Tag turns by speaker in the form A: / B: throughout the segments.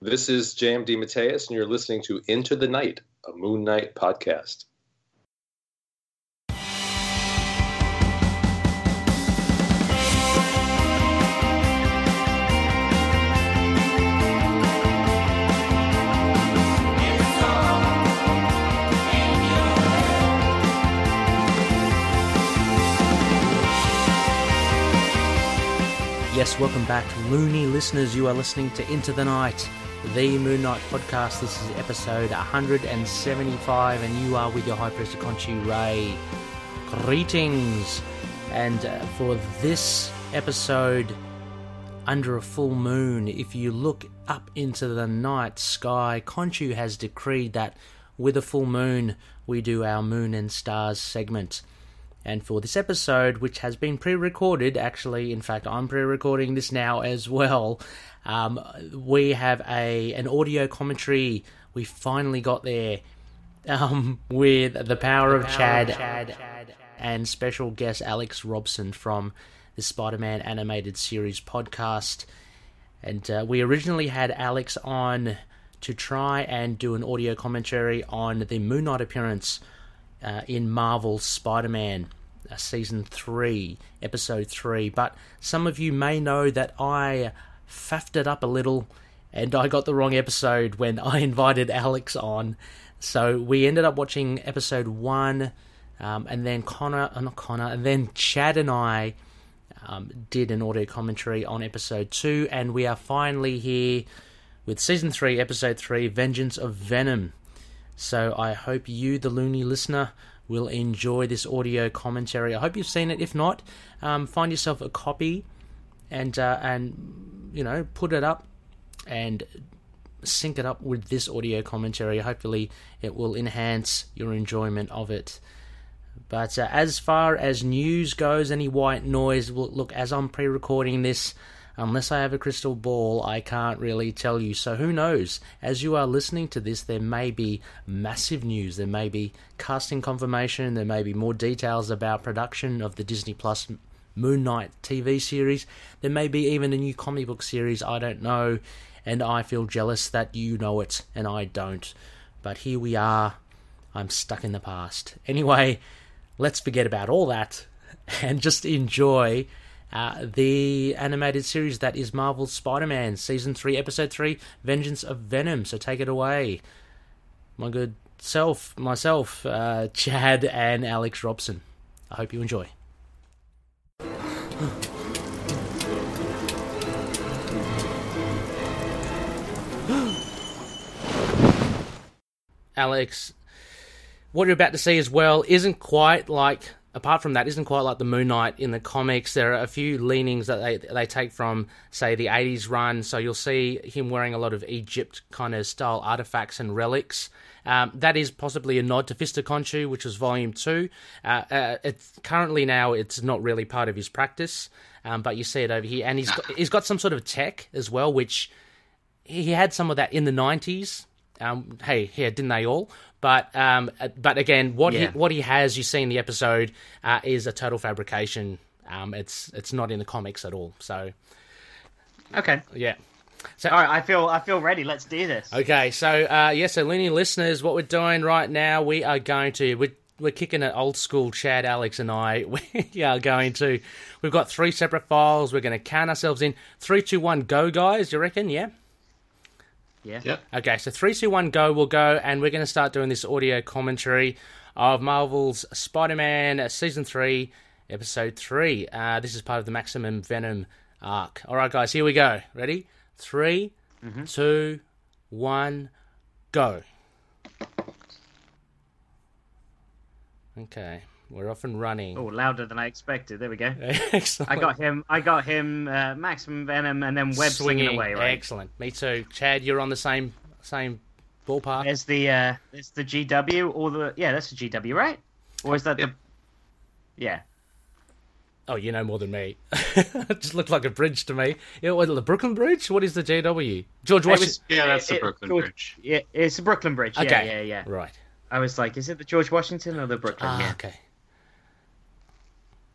A: This is JMD Mateus, and you're listening to Into the Night, a Moon Knight podcast.
B: Yes, welcome back, Moony listeners. You are listening to Into the Night, the Moon Knight podcast. This is episode 175, and you are with your High Priest of Conchu, Ray. Greetings. And uh, for this episode, under a full moon, if you look up into the night sky, Conchu has decreed that with a full moon, we do our Moon and Stars segment. And for this episode, which has been pre recorded, actually, in fact, I'm pre recording this now as well, um, we have a an audio commentary. We finally got there um, with the power, of, Chad, and special guest Alex Robson from the Spider Man animated series podcast. And uh, we originally had Alex on to try and do an audio commentary on the Moon Knight appearance uh, in Marvel's Spider Man uh, Season 3, Episode 3. But some of you may know that I faffed it up a little and I got the wrong episode when I invited Alex on. So we ended up watching Episode 1, um, and then Connor, uh, not Connor, and then Chad and I. Um, did an audio commentary on episode 2, and we are finally here with season 3, episode 3 Vengeance of Venom. So I hope you, the loony listener, will enjoy this audio commentary. I hope you've seen it. If not, um, find yourself a copy and uh, and you know put it up and sync it up with this audio commentary. Hopefully, it will enhance your enjoyment of it. But uh, as far as news goes, any white noise, well, look, as I'm pre recording this, unless I have a crystal ball, I can't really tell you. So who knows? As you are listening to this, there may be massive news. There may be casting confirmation. There may be more details about production of the Disney Plus Moon Knight TV series. There may be even a new comic book series. I don't know. And I feel jealous that you know it and I don't. But here we are. I'm stuck in the past. Anyway, let's forget about all that and just enjoy uh, the animated series that is Marvel's Spider Man, Season 3, Episode 3, Vengeance of Venom. So take it away, my good self, myself, uh, Chad, and Alex Robson. I hope you enjoy. Alex, what you're about to see as well isn't quite like apart from that isn't quite like the Moon Knight in the comics. There are a few leanings that they they take from say the 80s run. So you'll see him wearing a lot of Egypt kind of style artifacts and relics. Um, that is possibly a nod to Fista Conchu, which was Volume Two. Uh, uh, it's currently now it's not really part of his practice, um, but you see it over here, and he's got, he's got some sort of tech as well, which he had some of that in the nineties. Um, hey, yeah, didn't they all? But um, uh, but again, what
C: Yeah.
B: he what he has, you see in the episode, uh, is a total fabrication. Um, it's it's not in the comics at all. So
C: Okay.
B: yeah.
C: All right. I feel I feel ready. Let's do this.
B: Okay, so uh, yeah, so loony listeners, what we're doing right now, we are going to we're, we're kicking it old school. Chad, Alex, and I, we are going to. We've got three separate files. We're going to count ourselves in. Three, two, one, go, guys. You reckon? Yeah.
C: Yeah.
D: Yep.
B: Okay, so three, two, one, go. We'll go, and we're going to start doing this audio commentary of Marvel's Spider-Man uh, season three, episode three. Uh, this is part of the Maximum Venom arc. All right, guys, here we go. Ready? Three, two,
C: Mm-hmm.
B: one, go. Okay, we're off and running.
C: Oh, louder than I expected. There we go.
B: Excellent.
C: I got him. I got him. Uh, Maximum Venom, and then Web swinging,
B: Swinging.
C: away. Right.
B: Excellent. Me too. Chad, you're on the same same ballpark.
C: There's the uh, there's the GW or the yeah, that's the GW, right? Or is that
D: Yep.
C: the yeah?
B: Oh, you know more than me. it just looked like a bridge to me. It was the Brooklyn Bridge. What is the JW? George
C: It
B: Washington.
C: was-
D: Yeah, that's the
C: it-
D: Brooklyn
C: George-
D: Bridge.
C: Yeah, it's the Brooklyn Bridge. Yeah,
B: Okay.
C: yeah, yeah.
B: Right.
C: I was like, is it the George Washington or the Brooklyn?
B: Ah,
C: yeah.
B: okay.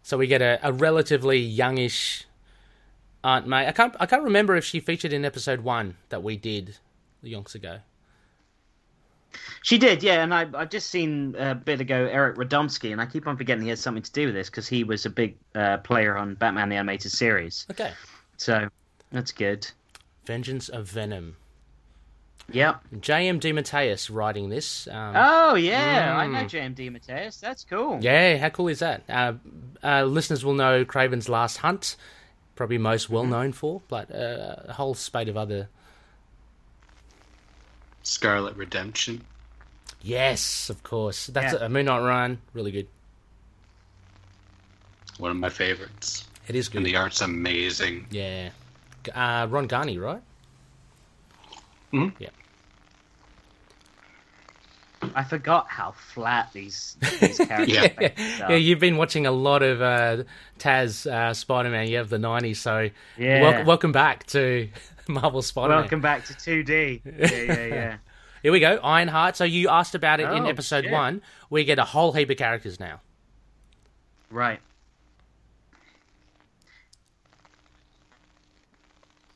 B: So we get a, a relatively youngish Aunt May. I can't. I can't remember if she featured in episode one that we did yonks ago.
C: She did, yeah. And I, I've just seen a bit ago Eric Radomski, and I keep on forgetting he has something to do with this because he was a big uh, player on Batman the Animated Series.
B: Okay.
C: So that's good.
B: Vengeance of Venom.
C: Yep.
B: J.M. DeMatteis writing this. Um,
C: Oh yeah, I know JMD Mateus. That's cool.
B: Yeah, how cool is that? Uh, uh, listeners will know Craven's Last Hunt, probably most
C: Mm-hmm.
B: well known for, but uh, a whole spate of other.
D: Scarlet Redemption.
B: Yes, of course. That's
C: Yeah.
B: a, Moon Knight Run. Really good.
D: One of my favorites.
B: It is
D: And
B: good.
D: the art's amazing.
B: Yeah. G- Uh, Ron Garney, right?
D: Mhm.
B: Yeah.
C: I forgot how flat these these characters
D: Yeah.
C: are.
B: Yeah, you've been watching a lot of uh, Taz uh, Spider Man. You have the 90s, so
C: Yeah.
B: wel- welcome back to Marvel Spider Man.
C: Welcome back to 2D. Yeah, yeah, yeah.
B: Here we go, Ironheart. So you asked about it in
C: Oh,
B: episode
C: shit.
B: one. We get a whole heap of characters now.
C: right.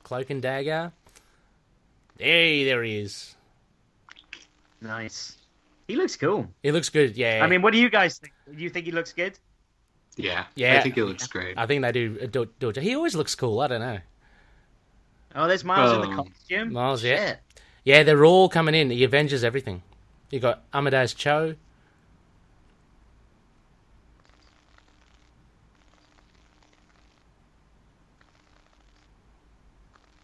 B: Cloak and Dagger. Hey, there he is.
C: Nice. He looks cool.
B: He looks good. Yeah.
C: I mean, what do you guys think? Do you think he looks good?
D: Yeah.
B: Yeah. Uh,
D: I think it looks great.
B: I think they do, do, do. He always looks cool. I don't know.
C: Oh, there's Miles in the
D: Um,
C: costume.
B: Miles, yeah.
C: Shit.
B: Yeah, they're all coming in. He avenges everything. You got Amadeus Cho.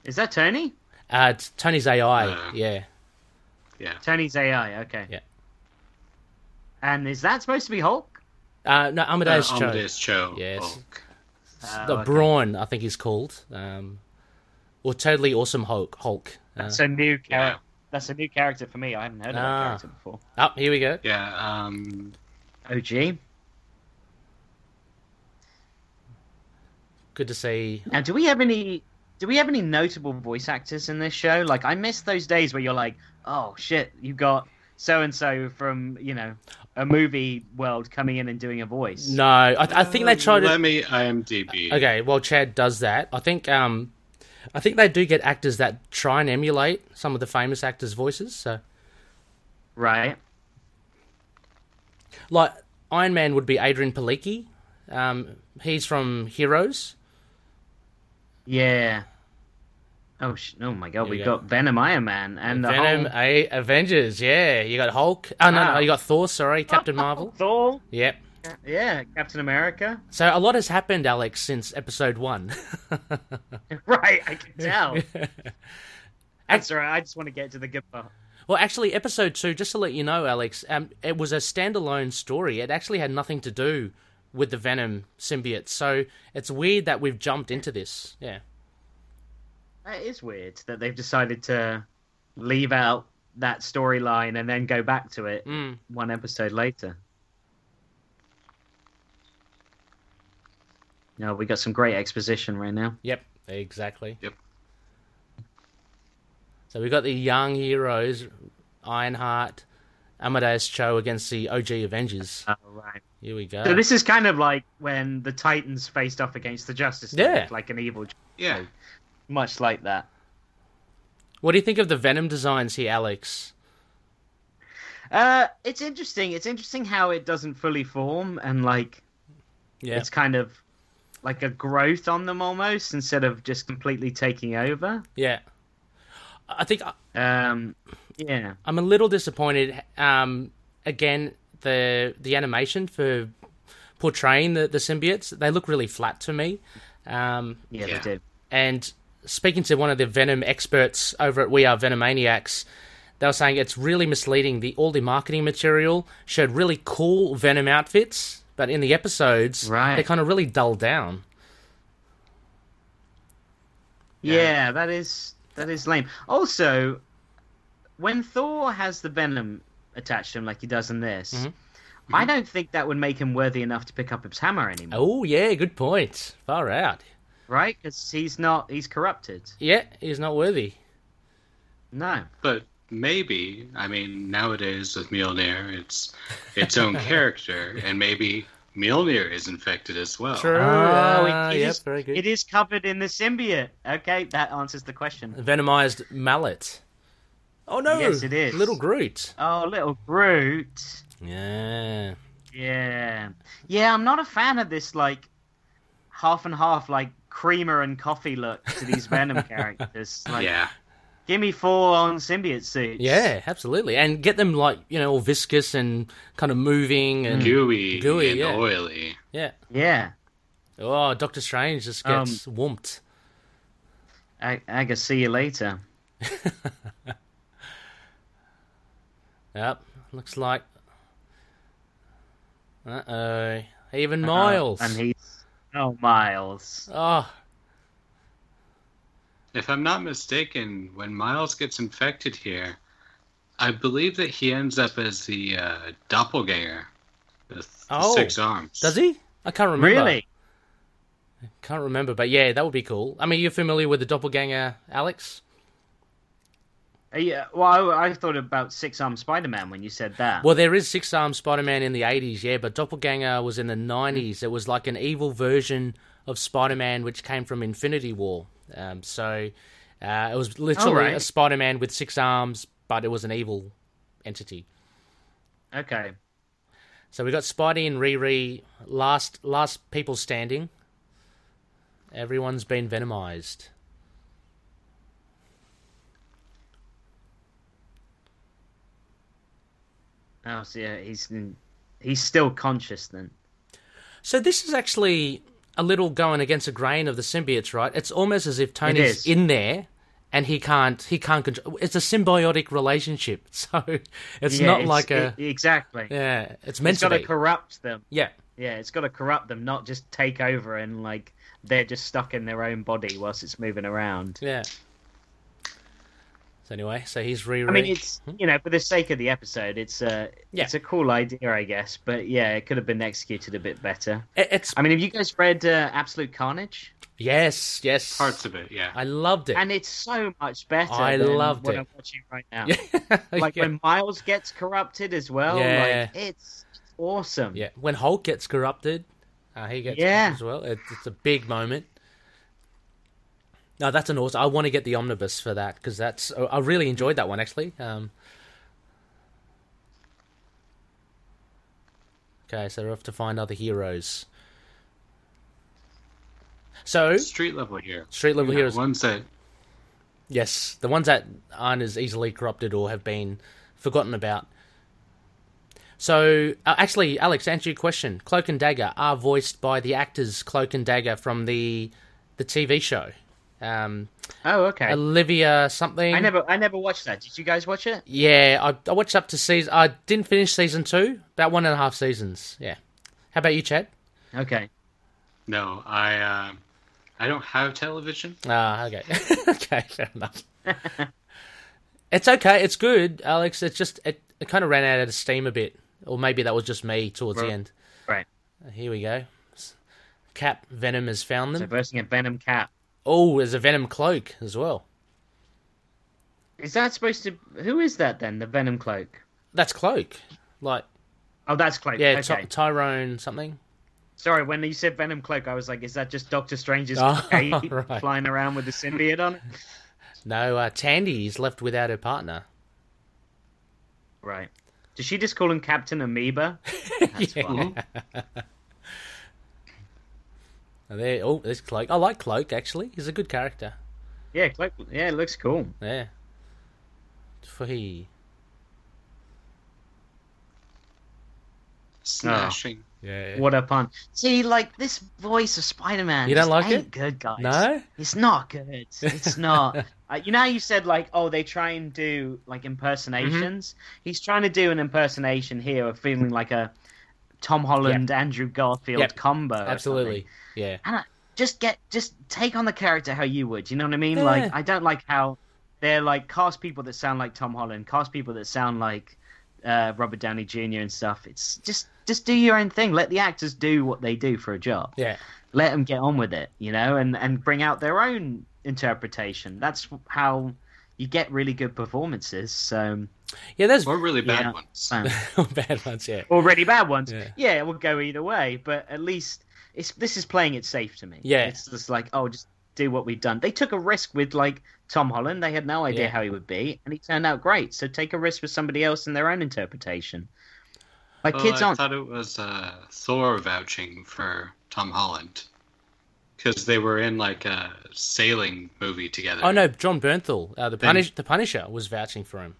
C: Is that Tony?
B: Uh, it's Tony's AI.
D: Yeah.
B: yeah.
D: Yeah.
C: Tony's AI. Okay.
B: Yeah.
C: And is that supposed to be Hulk?
B: Uh, no, Amadeus
D: Uh,
B: Cho.
D: Amadeus Cho.
B: Yes.
D: Hulk.
C: Oh,
B: The
C: okay.
B: Brawn, I think he's called. Um, or Totally Awesome Hulk. Hulk. Uh,
C: That's a new
D: Yeah.
C: character. That's a new character for me. I haven't heard of
B: Ah.
C: that character before.
B: oh, here we go.
D: Yeah. Um,
C: OG.
B: Good to see.
C: Now, do we have any? Do we have any notable voice actors in this show? Like, I miss those days where you're like, "Oh shit, you got so and so from you know a movie world coming in and doing a voice."
B: No, I, I think they tried to. Uh,
D: Let me IMDb.
B: Okay, well, Chad does that. I think um, I think they do get actors that try and emulate some of the famous actors' voices. So,
C: right?
B: like Iron Man would be Adrian Palicki. Um, he's from Heroes.
C: Yeah. Oh, sh- oh my god,
B: Here we
C: we've
B: go.
C: got Venom, Iron Man, and the
B: Venom,
C: whole
B: A- Avengers. Yeah, you got Hulk. Oh no, no,
C: Wow.
B: you got Thor. Sorry, Captain Marvel.
C: Thor.
B: Yep.
C: Yeah, Captain America.
B: So a lot has happened, Alex, since episode one.
C: right, I can tell. That's all right. I just want to get to the good part.
B: Well, actually, episode two, just to let you know, Alex, um, it was a standalone story. It actually had nothing to do with the Venom symbiote. So it's weird that we've jumped into this. Yeah.
C: That is weird that they've decided to leave out that storyline and then go back to it
B: Mm.
C: one episode later. No, we got some great exposition right now.
B: Yep. Exactly.
D: Yep.
B: So we've got the young heroes, Ironheart, Amadeus Cho against the OG Avengers.
C: Oh, right.
B: Here we go.
C: So this is kind of like when the Titans faced off against the Justice League,
B: Yeah.
C: like an evil,
D: Yeah.
C: much like that.
B: What do you think of the Venom designs here, Alex?
C: Uh, it's interesting. It's interesting how it doesn't fully form and like
B: Yeah.
C: it's kind of like a growth on them almost instead of just completely taking over.
B: Yeah. I think uh,
C: Um, yeah.
B: I'm a little disappointed. Um, again, the the animation for portraying the, the symbiotes they look really flat to me. Um,
C: yeah,
D: Yeah.
C: they did.
B: and speaking to one of the Venom experts over at We Are Venomaniacs, they were saying it's really misleading. The all the marketing material showed really cool Venom outfits, but in the episodes,
C: Right.
B: they kind of really dull down.
C: Yeah. that is that is lame. Also, when Thor has the venom attached to him like he does in this,
B: Mhm.
C: I don't think that would make him worthy enough to pick up his hammer anymore,
B: Oh yeah, good point. Far out.
C: right? Because he's not he's corrupted.
B: Yeah, he's not worthy.
C: No.
D: But maybe, I mean, nowadays with Mjolnir, it's its own character, and maybe Mjolnir is infected as well.
C: Oh, it-
B: Ah,
C: it
B: yep,
C: is-
B: very good.
C: It is covered in the symbiote. Okay, that answers the question.
B: Venomized mallet. Oh no!
C: Yes, it is.
B: Little Groot.
C: Oh, little Groot.
B: Yeah.
C: Yeah, yeah. I'm not a fan of this like half and half, like creamer and coffee look to these Venom characters. Like,
D: yeah.
C: give me full on symbiote suits.
B: Yeah, absolutely. And get them like, you know, all viscous and kind of moving and
D: Mm. Gooey,
B: Mm. Gooey,
D: and
B: yeah.
D: oily.
B: yeah.
C: yeah.
B: Oh, Doctor Strange just gets whumped.
C: I, I guess see you later.
B: Yep. Looks like Uh oh. Even Miles.
C: Oh, and he's oh Miles.
B: Oh
D: If I'm not mistaken, when Miles gets infected here, I believe that he ends up as the uh, doppelganger with
B: Oh,
D: six arms.
B: does he? I can't remember.
C: Really?
B: Can't remember, but yeah, that would be cool. I mean you're familiar with the doppelganger Alex?
C: Uh, Yeah. Well, I, I thought about Six Armed Spider Man when you said that.
B: Well, there is Six Armed Spider Man in the 80s, yeah, but Doppelganger was in the 90s. It was like an evil version of Spider Man which came from Infinity War. Um, so uh, it was literally
C: Alright.
B: a Spider Man with six arms, but it was an evil entity.
C: Okay.
B: So we got Spidey and Riri, last, last people standing. Everyone's been venomized.
C: Oh, so yeah, he's in, he's still conscious then.
B: So this is actually a little going against the grain of the symbiotes, right? It's almost as if Tony's
C: is.
B: in there and he can't he can't control. It's a symbiotic relationship, so it's
C: yeah,
B: not like a
C: it- exactly.
B: yeah. It's meant
C: it's got
B: to
C: to
B: be.
C: corrupt them.
B: yeah,
C: Yeah, it's got to corrupt them, not just take over and like they're just stuck in their own body whilst it's moving around.
B: yeah. So anyway, so he's Riri.
C: I mean, it's you know, for the sake of the episode, it's a
B: Yeah.
C: it's a cool idea, I guess. But yeah, it could have been executed a bit better.
B: It- it's
C: I mean, have you guys read uh, Absolute Carnage?
B: yes, yes.
D: Parts of it, yeah.
B: I loved it.
C: And it's so much better.
B: I
C: than
B: loved
C: what
B: it.
C: I'm watching right now.
B: like
C: Like
B: yeah. When...
C: when Miles gets corrupted as well.
B: Yeah.
C: Like it's awesome.
B: yeah, when Hulk gets corrupted, uh, he gets
C: Yeah.
B: as well. It, it's a big moment. No, that's an awesome. I want to get the omnibus for that because that's. I- I really enjoyed that one actually. Um, okay, so we're off to find other heroes. So
D: Street level here.
B: street level
D: You know,
B: heroes,
D: Ones that
B: yes, the ones that aren't as easily corrupted or have been forgotten about. So, uh, actually, Alex, to answer your question. Cloak and Dagger are voiced by the actors Cloak and Dagger from the the TV show. Um,
C: Oh, okay.
B: Olivia something.
C: I never I never watched that. Did you guys watch it?
B: Yeah, I, I watched up to season. I didn't finish season two. About one and a half seasons. Yeah. How about you, Chad?
C: Okay.
D: no, I uh, I don't have television.
B: Ah, okay. okay, fair enough. it's okay. It's good, Alex. It's just it, it kind of ran out of steam a bit, or maybe that was just me towards the
C: Right.
B: end.
C: Right.
B: Here we go. Cap Venom has found
C: So
B: them.
C: versing a Venom Cap.
B: Oh, there's a Venom cloak as well.
C: Is that supposed to? Who is that then? The Venom cloak?
B: That's cloak. Like
C: Oh, that's cloak.
B: yeah, Ty-
C: okay.
B: Tyrone something.
C: Sorry, when you said Venom cloak, I was like, is that just Doctor Strange's
B: Oh,
C: cape
B: right.
C: flying around with the symbiote on it?
B: No, uh, Tandy is left without her partner.
C: Right. Does she just call him Captain Amoeba? That's
B: Yeah.
C: fine.
B: And there, oh, there's cloak. I like cloak actually. He's a good character.
C: Yeah, cloak. Yeah, it looks cool.
B: Yeah. Fwee.
D: Smashing.
B: Yeah.
C: What a pun. See, like this voice of Spider-Man.
B: You don't
C: just
B: like
C: ain't
B: it?
C: Good guys.
B: No?
C: it's not good. It's not. uh, you know, how you said like, oh, they try and do like impersonations.
B: Mm-hmm.
C: He's trying to do an impersonation here of feeling like a Tom Holland, Andrew Garfield
B: Yep.
C: combo. or
B: Absolutely.
C: something.
B: Yeah.
C: And I, just get, just take on the character how you would. You know what I mean?
B: Yeah.
C: Like, I don't like how they're like cast people that sound like Tom Holland, cast people that sound like uh, Robert Downey Jr. and stuff. It's just, just do your own thing. Let the actors do what they do for a job
B: Yeah.
C: let them get on with it, you know, and and bring out their own interpretation. That's how you get really good performances. So
B: Yeah, there's
D: Or really bad
C: Yeah.
D: ones.
C: um,
B: bad ones, yeah.
C: already bad ones.
B: Yeah.
C: Yeah. it will go either way, but at least it's this is playing it safe to me.
B: Yeah.
C: it's just like oh, just do what we've done. They took a risk with like Tom Holland. They had no idea
B: Yeah.
C: how he would be, and he turned out great. So take a risk with somebody else in their own interpretation. Like
D: Oh,
C: kids
D: I
C: aren't.
D: thought it was uh, Thor vouching for Tom Holland because they were in like a sailing movie together.
B: Oh no, John Bernthal, uh, the
D: Then-
B: Punish, the Punisher, was vouching for him.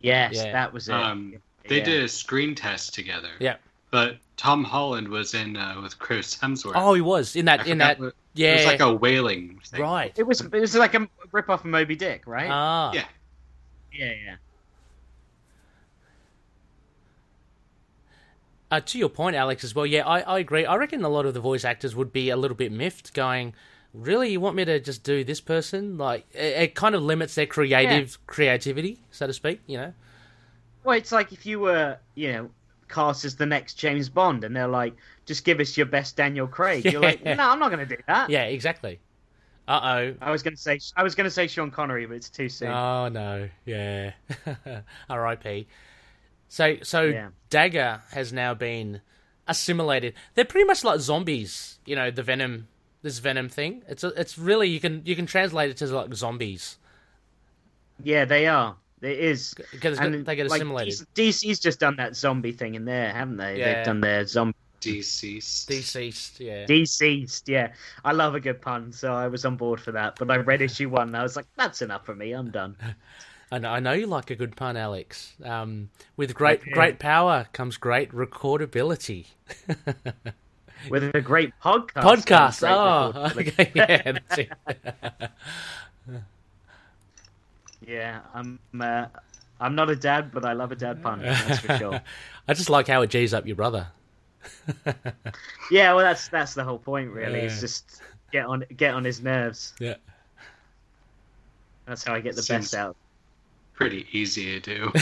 C: Yes,
B: Yeah.
C: that was it.
D: Um, they
C: Yeah.
D: did a screen test together.
B: Yeah.
D: But Tom Holland was in uh, with Chris Hemsworth.
B: Oh, he was in
D: I
B: that in
D: forgot
B: that.
D: what-
B: Yeah,
D: It was like a whaling thing.
B: right.
C: It was it was like a rip off of Moby Dick, right?
B: Ah,
D: Yeah.
C: yeah, yeah.
B: Uh, to your point, Alex, as well. Yeah, I, I agree. I reckon a lot of the voice actors would be a little bit miffed, going, "Really, you want me to just do this person?" Like, it, it kind of limits their creative creativity, so to speak. You know.
C: Well, it's like if you were, you know, cast as the next James Bond, and they're like, "Just give us your best Daniel Craig." You're like,
B: Yeah.
C: "No, I'm not going to do that."
B: Yeah, exactly. Uh
C: I was going to say, I was going to say Sean Connery, but it's too
B: oh.
C: soon.
B: Oh no. Yeah. R.I.P. So so
C: Yeah.
B: Dagger has now been assimilated. They're pretty much like zombies. You know the Venom. This Venom thing. It's a, it's really you can you can translate it to like zombies.
C: yeah, they are. It is.
B: Because
C: And
B: they get
C: like,
B: assimilated.
C: DC, DC's just done that zombie thing in there, haven't they?
B: Yeah.
C: They've done their zombie
D: Deceased.
B: Deceased. Yeah.
C: deceased. Yeah, I love a good pun, so I was on board for that. But I read issue one, and I was like, "That's enough for me. I'm done."
B: I know, I know you like a good pun, Alex. Um, with great
C: Okay.
B: great power comes great recordability.
C: With a great podcast.
B: Podcast.
C: Great
B: Oh,
C: record.
B: okay. Yeah, that's it.
C: yeah. I'm. Uh, I'm not a dad, but I love a dad pun. That's for sure.
B: I just like how it G's up your brother.
C: Yeah, well, that's that's the whole point, really.
B: Yeah.
C: Is just get on get on his nerves.
B: Yeah.
C: That's how I get the
D: Seems-
C: best out.
D: Pretty easy to do.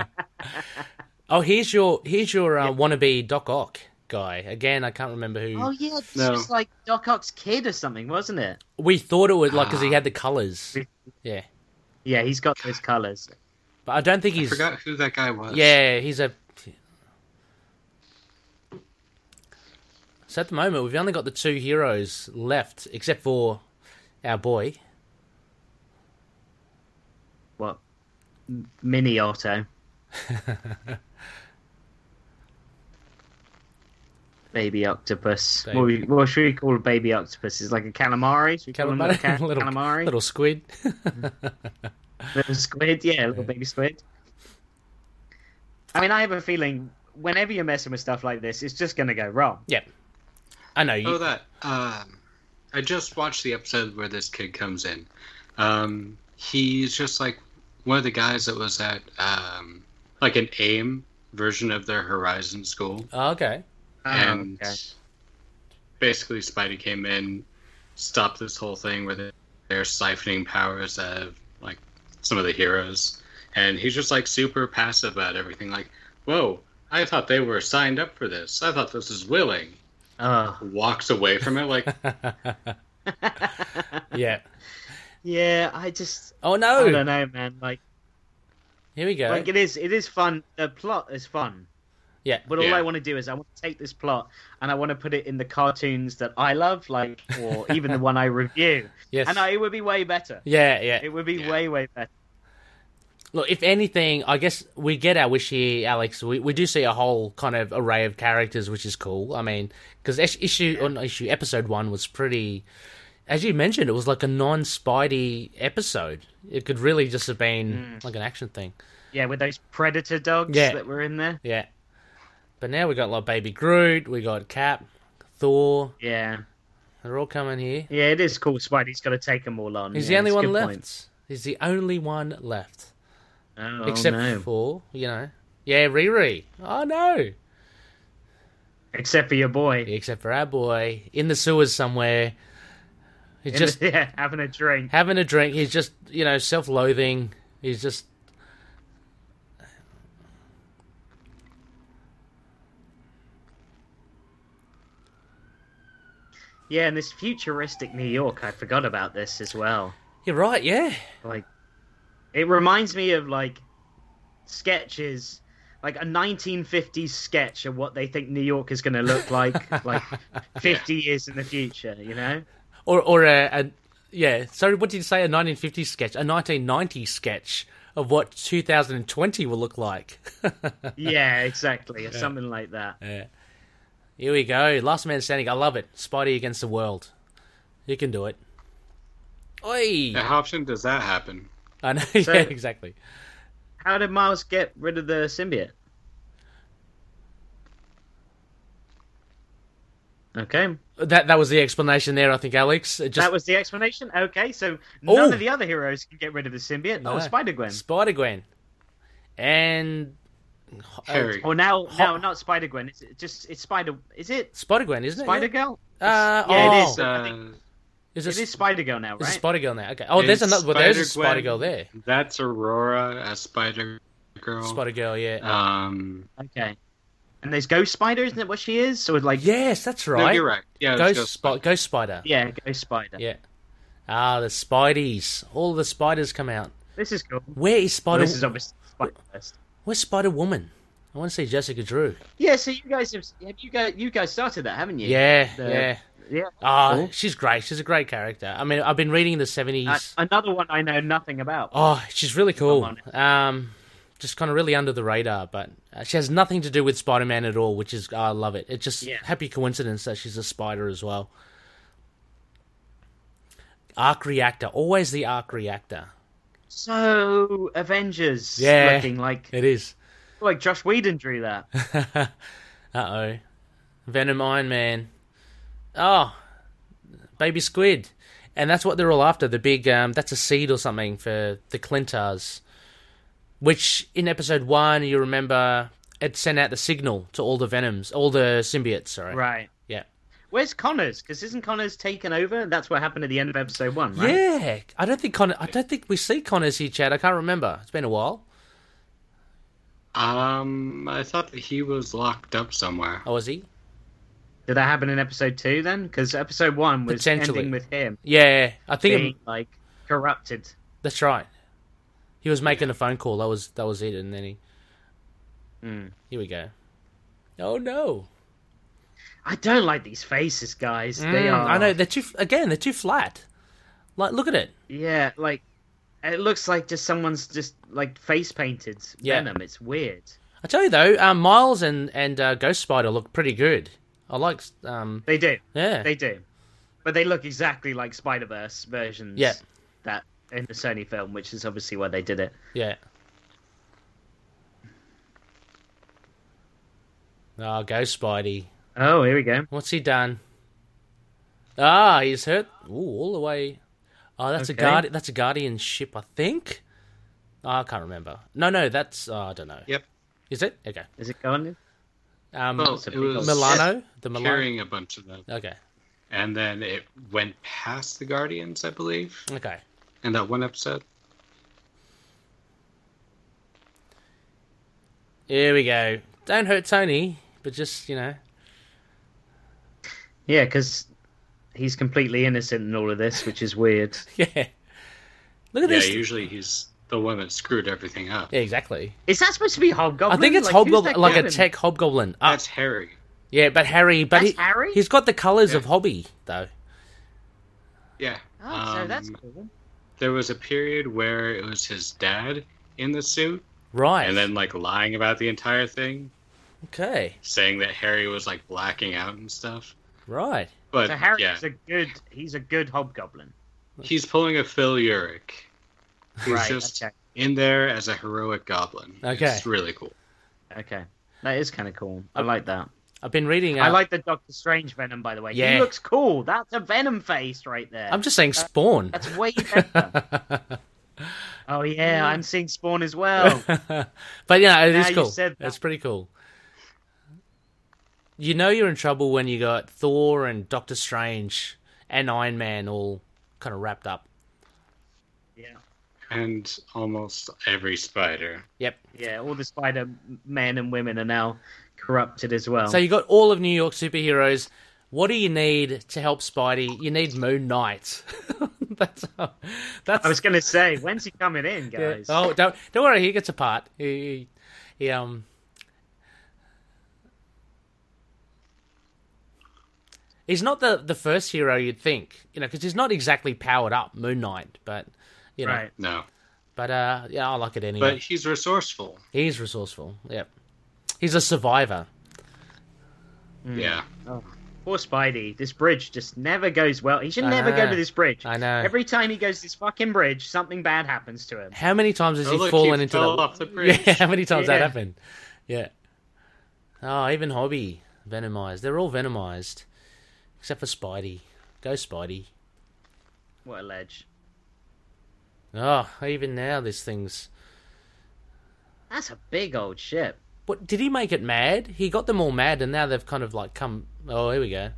B: Oh, here's your here's your uh, wannabe Doc Ock guy. Again, I can't remember who.
C: Oh yeah, this
D: No.
C: was like Doc Ock's kid or something, wasn't it?
B: We thought it was like because he had the colors. Yeah,
C: Yeah, he's got those colours.
B: but I don't think
D: I
B: he's.
D: forgot who that guy was.
B: Yeah, he's a. So at the moment, we've only got the two heroes left, except for our boy.
C: What? M- Mini Otto. baby octopus.
B: Baby-
C: What, we, what should we call a baby octopus? Is like a calamari? Should we call him a
B: Calamari,
C: ca-
B: little,
C: calamari?
B: little squid.
C: Mm-hmm. little squid, yeah, little baby squid. I mean, I have a feeling whenever you're messing with stuff like this, it's just going to go wrong.
B: yep. I know you.
D: Oh, that. Um, I just watched the episode where this kid comes in. Um, he's just like one of the guys that was at um, like an AIM version of their Horizon school,
B: Oh, okay.
D: and
C: Ah, okay.
D: basically Spidey came in, stopped this whole thing where they- they're siphoning powers out of like some of the heroes, and he's just like super passive about everything. Like, whoa. I thought they were signed up for this. I thought this was willing.
C: Oh,
D: Walks away from it like,
B: Oh, yeah.
C: yeah, I just
B: Oh
C: I don't
B: no!
C: know, man. Like,
B: Here we go.
C: like it is, it is fun. The plot is fun.
B: Yeah.
C: But all
D: Yeah.
C: I want to do is I want to take this plot and I want to put it in the cartoons that I love, like, or even the one I review,
B: yes.
C: and I, it would be way better.
B: Yeah, yeah.
C: It would be
D: Yeah.
C: way, way better.
B: Look, if anything, I guess we get our wish here, Alex. We we do see a whole kind of array of characters, which is cool. I mean, because issue on issue episode one was pretty, as you mentioned, it was like a non-Spidey episode. It could really just have
C: Mm.
B: been like an action thing.
C: Yeah, with those predator dogs
B: Yeah.
C: that were in there.
B: Yeah. But now we got like Baby Groot, we got Cap, Thor.
C: Yeah,
B: They're all coming here.
C: yeah, it is cool. Spidey's got to take them all on.
B: He's
C: Yeah,
B: the only
C: it's a
B: one
C: good
B: left.
C: point.
B: He's the only one left,
C: Oh,
B: except
C: no.
B: for you know, yeah, Riri. Oh no.
C: except for your boy.
B: except for our boy in the sewers somewhere. He's
C: In
B: just
C: the- yeah, having a drink.
B: having a drink. He's just you know self-loathing. He's just
C: Yeah, and this futuristic New York, I forgot about this as well.
B: you're right. Yeah,
C: Like, it reminds me of like sketches, like a 1950s sketch of what they think New York is going to look like, like 50 years in the future. You know?
B: or or a, a yeah. So what did you say? A 1950s sketch, a 1990s sketch of what 2020 will look like.
C: yeah, exactly, or something like that.
B: Here we go. Last man standing. I love it. Spidey against the world. You can do it. Oi!
D: Yeah, how often does that happen?
B: I know. Yeah, exactly.
C: How did Miles get rid of the symbiote? Okay,
B: That that was the explanation there. I think Alex. It just
C: that was the explanation. Okay, so none
B: Oh.
C: of the other heroes can get rid of the symbiote.
B: No.
C: Oh, Spider Gwen.
B: Spider Gwen, and oh,
D: Harry.
C: Or now,
B: Hot-
C: no, not Spider Gwen. It's just it's Spider. Is it
B: Spider Gwen, isn't it?
C: Spider Girl?
B: Uh,
C: Yeah, it
B: oh.
C: is. I
D: Uh,
C: think-
B: Is
C: It
B: it,
C: is Spider Girl now, right?
B: Spider Girl now? Okay. Oh, there's
D: It's
B: another. Well, there's a
D: Spider-Gwen.
B: Spider Girl there.
D: that's Aurora as Spider Girl.
B: Spider Girl, yeah.
C: Uh,
D: Um,
C: okay. And there's Ghost Spider, isn't it? What she is? So like, yeah,
B: yes, that's
D: No,
B: right.
D: you're right. Yeah, it's
B: Ghost,
D: Ghost
B: Spider. Ghost Spider.
C: Ghost Spider.
B: Yeah. Ah, the Spideys. All the spiders come out.
C: This is cool.
B: Where is Spider?
C: this is obviously Spider Verse.
B: Where's Spider Woman? I want to see Jessica Drew.
C: Yeah. So you guys have, have you guys you guys started that, haven't you?
B: Yeah,
C: The-
B: yeah.
C: Yeah. Uh,
B: Ah,
C: Cool.
B: she's great. She's a great character. I mean, I've been reading the
C: A-
B: seventies.
C: another one I know nothing about.
B: Oh, she's really cool.
C: on
B: Um, just kind of really under the radar, but uh, she has nothing to do with Spider Man at all, which is I love it. It's just
C: Yeah.
B: happy coincidence that she's a spider as well. Arc reactor, always the arc reactor.
C: So Avengers
B: Yeah.
C: looking like
B: It is.
C: like Josh Whedon drew that.
B: uh oh, Venom, Iron Man. Oh, baby squid, and that's what they're all after. The big um, that's a seed or something for the Clintars, which in episode one you remember it sent out the signal to all the Venoms, all the symbiotes. Sorry,
C: right.
B: Yeah,
C: Where's Connors? Because isn't Connors taken over? That's what happened at the end of episode one, right?
B: yeah. I don't think Connor. I don't think we see Connors here, Chad. I can't remember. It's been a while.
D: um, I thought that he was locked up somewhere.
B: Oh, was he?
C: Did that happen in episode two then? Because episode one was
B: Potentially.
C: ending with him
B: Yeah, I think
C: being like corrupted.
B: that's right. He was making a phone call. That was that was it, and then he. Here we go. Oh no!
C: I don't like these faces, guys. they
B: Mm,
C: are.
B: I know they're too. Again, they're too flat. Like, look at it.
C: Yeah, like it looks like just someone's just like face painted
B: Yeah.
C: Venom. It's weird.
B: I tell you though, um, Miles and and uh, Ghost Spider look pretty good. I like. Um,
C: They do.
B: yeah.
C: They do. But they look exactly like Spider Verse versions.
B: Yeah.
C: That in the Sony film, which is obviously why they did it.
B: yeah. Ah, Ghost Spidey.
C: Oh, here we go.
B: What's he done? Ah, he's hurt. Ooh, all the way. Oh, that's a
C: Okay.
B: guard. That's a guardian ship, I think. Oh, I can't remember. No, no, that's oh, I don't know.
D: Yep. Oh,
B: Is it okay?
C: Is it gone?
B: Um,
D: Well,
C: it's a
D: it
C: big
D: was
B: Milano, the Milano.
D: carrying a bunch of them,
B: Okay,
D: and then it went past the Guardians, I believe,
B: okay.
D: in that one episode.
B: Here we go. Don't hurt Tony, but just you know.
C: Yeah, because he's completely innocent in all of this, which is weird.
B: Yeah. Look at
D: Yeah,
B: this.
D: usually he's the one that screwed everything up.
B: Yeah, exactly.
C: Is that supposed to be Hobgoblin?
B: I think it's
C: Oh, like, who's
B: hobgoblin,
C: that
B: like a
C: villain?
B: tech hobgoblin. Ah,
D: That's Harry.
B: yeah, but Harry, but
C: That's
B: he,
C: Harry?
B: he's got the colours
D: Yeah.
B: of Hobby though.
D: Yeah.
C: Oh, so that's
D: Um,
C: cool.
D: There was a period where it was his dad in the suit,
B: Right.
D: and then like lying about the entire thing,
B: okay.
D: saying that Harry was like blacking out and stuff.
B: Right.
D: But
C: So Harry
D: yeah,
C: is a good. He's a good Hobgoblin.
D: he's pulling a Phil Urich. He's
C: right.
D: just
C: Okay.
D: in there as a heroic goblin.
B: Okay.
D: It's really cool.
C: Okay. That is kind of cool. I like that.
B: I've been reading. Uh,
C: I like the Doctor Strange Venom, by the way.
B: Yeah.
C: He looks cool. That's a Venom face right there.
B: I'm just saying Spawn.
C: Uh, That's way better. oh, yeah. I'm seeing Spawn as well.
B: but yeah, it
C: Oh. Now
B: is
C: you
B: cool.
C: said
B: That's pretty cool. You know you're in trouble when you got Thor and Doctor Strange and Iron Man all kind of wrapped up.
C: yeah.
D: And almost every spider.
B: Yep.
C: Yeah. All the Spider men and women are now corrupted as well.
B: So you got all of New York superheroes. What do you need to help Spidey? You need Moon Knight. that's how, that's
C: I was going to say, when's he coming in, guys?
B: Oh, don't don't worry, he gets a part. He, he, he, um. He's not the, the first hero you'd think, you know, because he's not exactly powered up, Moon Knight, but, you know,
C: Right.
D: No,
B: but uh, yeah, I like it anyway.
D: but he's resourceful.
B: He's resourceful. Yep. He's a survivor.
C: Mm.
D: Yeah,
C: Oh, poor Spidey. This bridge just never goes well. He should
B: I
C: never go
B: know.
C: to this bridge.
B: I know.
C: Every time he goes to this fucking bridge, something bad happens to him.
B: How many times has
D: Oh,
B: he
D: look,
B: fallen
D: he
B: into
D: fell
B: that?
D: off the bridge.
B: Yeah, how many times that
C: Yeah.
B: happened? Yeah. Oh, even Hobby venomized. They're all venomized, except for Spidey. Go Spidey.
C: What a ledge.
B: Oh, even now this thing's.
C: That's a big old ship.
B: What did he make it mad? He got them all mad, and now they've kind of like come. Oh, here we go.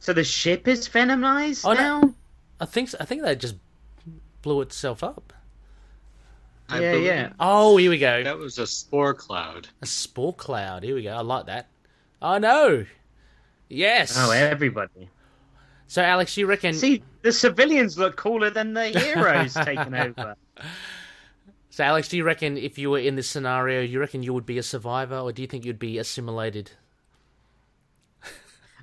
C: So the ship is venomized
B: Oh,
C: now?
B: no. I think so. I think that just blew itself up.
D: I
C: yeah,
D: believe
C: yeah.
B: Oh, here we go.
D: That was a spore cloud.
B: A spore cloud. Here we go. I like that. Oh no. Yes.
C: Oh, everybody.
B: So Alex, you reckon?
C: See, the civilians look cooler than the heroes taking over.
B: So Alex, do you reckon if you were in this scenario, you reckon you would be a survivor, or do you think you'd be assimilated?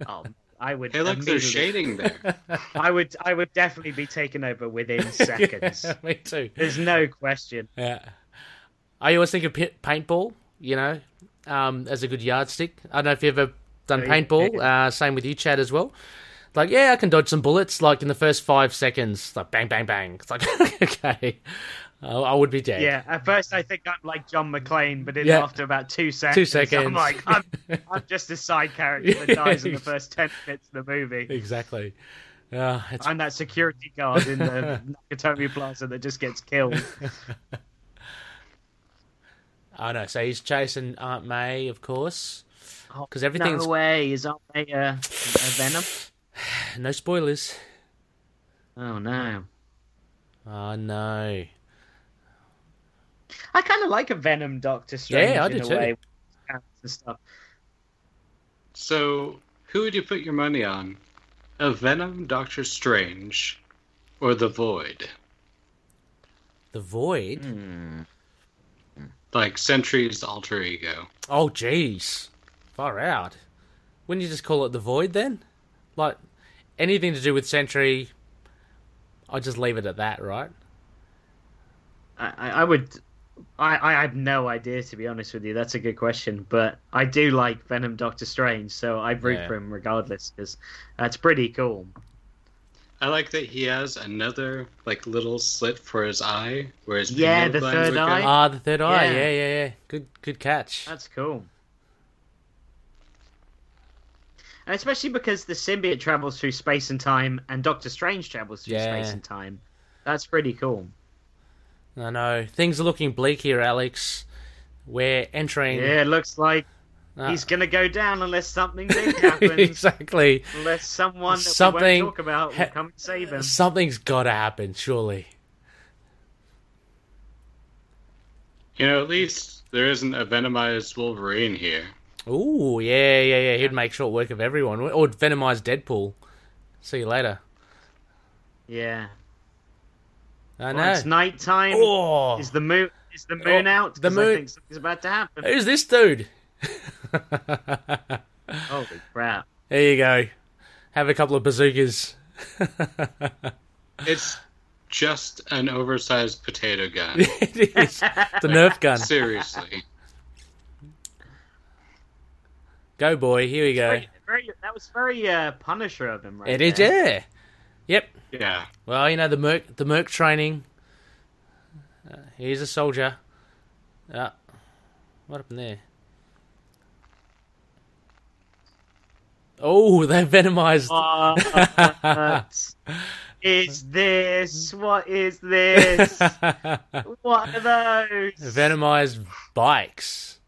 C: Oh, I would.
D: Hey, look, there's
C: immediately-
D: shading there.
C: I would. I would definitely be taken over within seconds.
B: Me too.
C: There's no question.
B: Yeah. I always think of pi- paintball. You know, um, as a good yardstick. I don't know if you've ever done
C: Yeah, yeah,
B: paintball. Uh, same with you, Chad, as well. Like, yeah, I can dodge some bullets. Like in the first five seconds, like bang, bang, bang. It's like, okay, I, I would be dead.
C: Yeah, at first I think I'm like John McClane, but then
B: Yeah.
C: after about two seconds,
B: seconds.
C: I'm like, I'm, I'm just a side character that dies in the first ten minutes of the movie.
B: Exactly. Uh, it's
C: I'm that security guard in the Nakatomi Plaza that just gets killed.
B: I know. So he's chasing Aunt May, of course.
C: Oh,
B: 'Cause everything's-
C: no way is Aunt May a, a Venom?
B: No spoilers.
C: Oh no,
B: Oh no.
C: I kind of like a Venom Doctor Strange.
B: Yeah, I
C: in
B: do
C: a
B: too.
C: Way, and stuff.
D: So, who would you put your money on? A Venom, Doctor Strange, or The Void?
B: The void.
D: Like Sentry's alter ego.
B: Oh jeez. Far out. Wouldn't you just call it the void then? Like anything to do with Sentry I'll just leave it at that, right?
C: I, I I would. I, I have no idea, to be honest with you. That's a good question, but I do like Venom Doctor Strange, so I root
B: Yeah.
C: for him regardless because that's pretty cool.
D: I like that he has another like little slit for his eye, where his
C: Yeah,
D: pineal
C: the
D: glands
C: third
D: would go.
C: eye.
B: Ah, the third eye.
C: Yeah.
B: Yeah, yeah, yeah. Good good catch.
C: That's cool. And especially because the symbiote travels through space and time, and Doctor Strange travels through
B: Yeah.
C: space and time. That's pretty cool.
B: I know. Things are looking bleak here, Alex. We're entering
C: Yeah, it looks like
B: Ah.
C: he's gonna go down unless something big happens.
B: exactly.
C: unless someone that we
B: Something-
C: won't talk about will come and save him.
B: Something's gotta happen, surely.
D: You know, at least there isn't a venomized Wolverine here.
B: Ooh, yeah, yeah, yeah. He'd make short work of everyone. Or venomize Deadpool. See you later.
C: Yeah.
B: I
C: Well, it's
B: know.
C: nighttime.
B: Oh,
C: Is the moon is the moon
B: Oh,
C: out?
B: the
C: 'Cause
B: moon-
C: I think something's about to happen.
B: who's this dude?
C: Holy crap!
B: there you go. Have a couple of bazookas.
D: It's just an oversized potato gun.
B: it is. The Nerf gun.
D: Seriously.
B: Go, boy. Here we go.
C: Very, very- that was very uh, Punisher of him, right?
B: It is,
C: there.
B: yeah. Yep.
D: Yeah.
B: Well, you know, the Merc, the Merc training. Uh, he's a soldier. Uh, what happened there? Oh, they venomized.
C: What is this? What is this? What are those?
B: venomized bikes.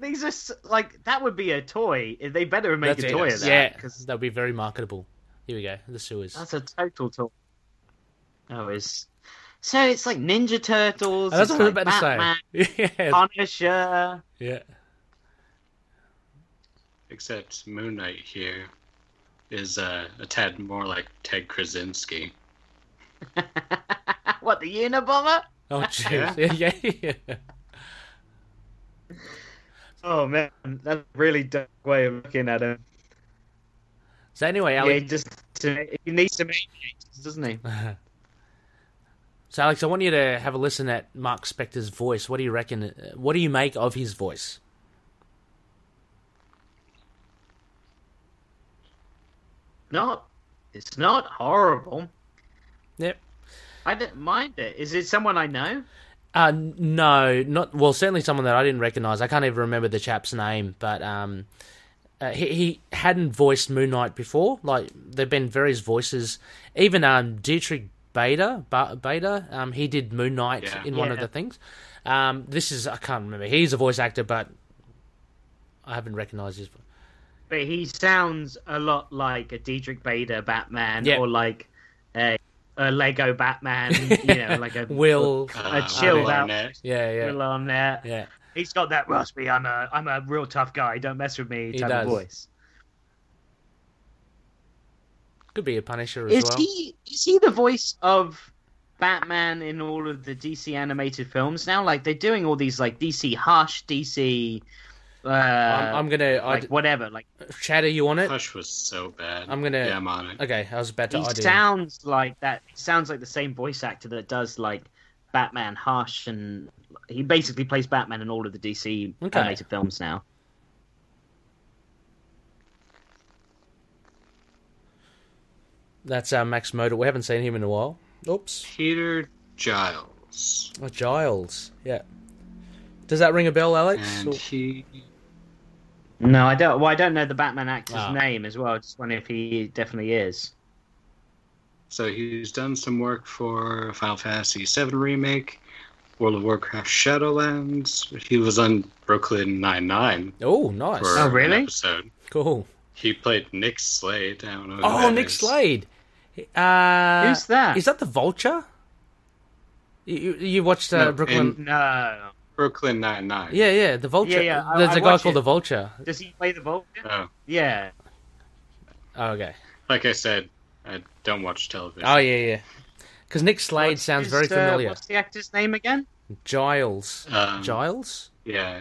C: These are s- like that would be a toy. They better make
B: That's
C: a
B: it.
C: toy of that.
B: Yeah,
C: 'cause
B: that'll be very marketable. Here we go. The sewers.
C: that's a total toy. Oh, is so it's like Ninja Turtles.
B: Oh, that's
C: it's
B: what I was about
C: like Batman,
B: to say. yeah.
C: Punisher.
B: yeah.
D: Except Moon Knight here is uh, a tad more like Ted Krasinski.
C: what the Unabomber?
B: Oh, jeez. Yeah. yeah, yeah.
C: Oh man, that's a really dark way of looking at him.
B: So anyway,
C: Yeah, he
B: Alex,
C: just to, he needs to make it, doesn't he?
B: so Alex, I want you to have a listen at Mark Spector's voice. What do you reckon? uh, What do you make of his voice?
C: Not, it's not horrible.
B: Yep.
C: I didn't mind it. Is it someone I know?
B: Uh, n- no, not well. Certainly someone that I didn't recognize. I can't even remember the chap's name, but um, uh, he, he hadn't voiced Moon Knight before. Like there've been various voices. Even um, Dietrich Bader, ba- Bader, um, he did Moon Knight
D: Yeah.
B: in one of
C: Yeah.
B: the things. Um, this is I can't remember. He's a voice actor, but I haven't recognized his. vo-
C: But he sounds a lot like a Diedrich Bader Batman,
B: Yeah.
C: or like a, a Lego Batman. you know, like a
B: Will.
C: I
D: Uh,
C: chilled out.
D: Arnett.
B: Yeah, yeah,
C: Will Arnett.
B: yeah.
C: He's got that raspy. I'm a I'm a real tough guy. Don't mess with me.
B: He
C: Type
B: does.
C: of voice.
B: Could be a Punisher as
C: Is
B: well.
C: he is he the voice of Batman in all of the DC animated films now? Like they're doing all these like DC Hush, DC, uh,
B: I'm, I'm gonna I,
C: like whatever. Like
B: chatter you on it.
D: Hush was so bad.
B: I'm gonna-
D: Yeah, I'm on it.
B: Okay, I was about to.
C: he
B: ID.
C: sounds like that. He sounds like the same voice actor that does like Batman Hush, and he basically plays Batman in all of the DC
B: Okay.
C: animated films now.
B: That's uh, Max Motor. We haven't seen him in a while. Oops.
D: Peter Giles.
B: Oh, Giles. Yeah. Does that ring a bell, Alex?
D: And
B: Or-
D: he.
C: No, I don't. Well, I don't know the Batman actor's
B: Ah.
C: name as well. I just wonder if he definitely is.
D: So he's done some work for Final Fantasy VII Remake, World of Warcraft Shadowlands. He was on Brooklyn Nine-Nine
B: Oh, nice.
D: for
C: Oh,
D: an
C: really?
D: episode.
B: Cool.
D: He played Nick Slade. I don't know who
B: Oh,
D: that
B: Nick
D: is.
B: Slade. Uh,
C: Who's that?
B: Is that the Vulture? You, you- you watched uh,
D: No,
B: Brooklyn?
C: No.
D: Brooklyn Nine-Nine.
B: Yeah, yeah, the Vulture.
C: Yeah, yeah, I-
B: There's
C: I
B: a guy
C: watch
B: called
C: it.
B: the Vulture.
C: Does he play the Vulture?
D: Oh,
C: Yeah.
B: Oh, okay.
D: like I said, I don't watch television.
B: Oh, yeah, yeah. Because Nick Slade
C: What's
B: sounds
C: his,
B: very
C: uh,
B: familiar.
C: what's the actor's name again?
B: Giles.
D: Um,
B: Giles?
D: Yeah.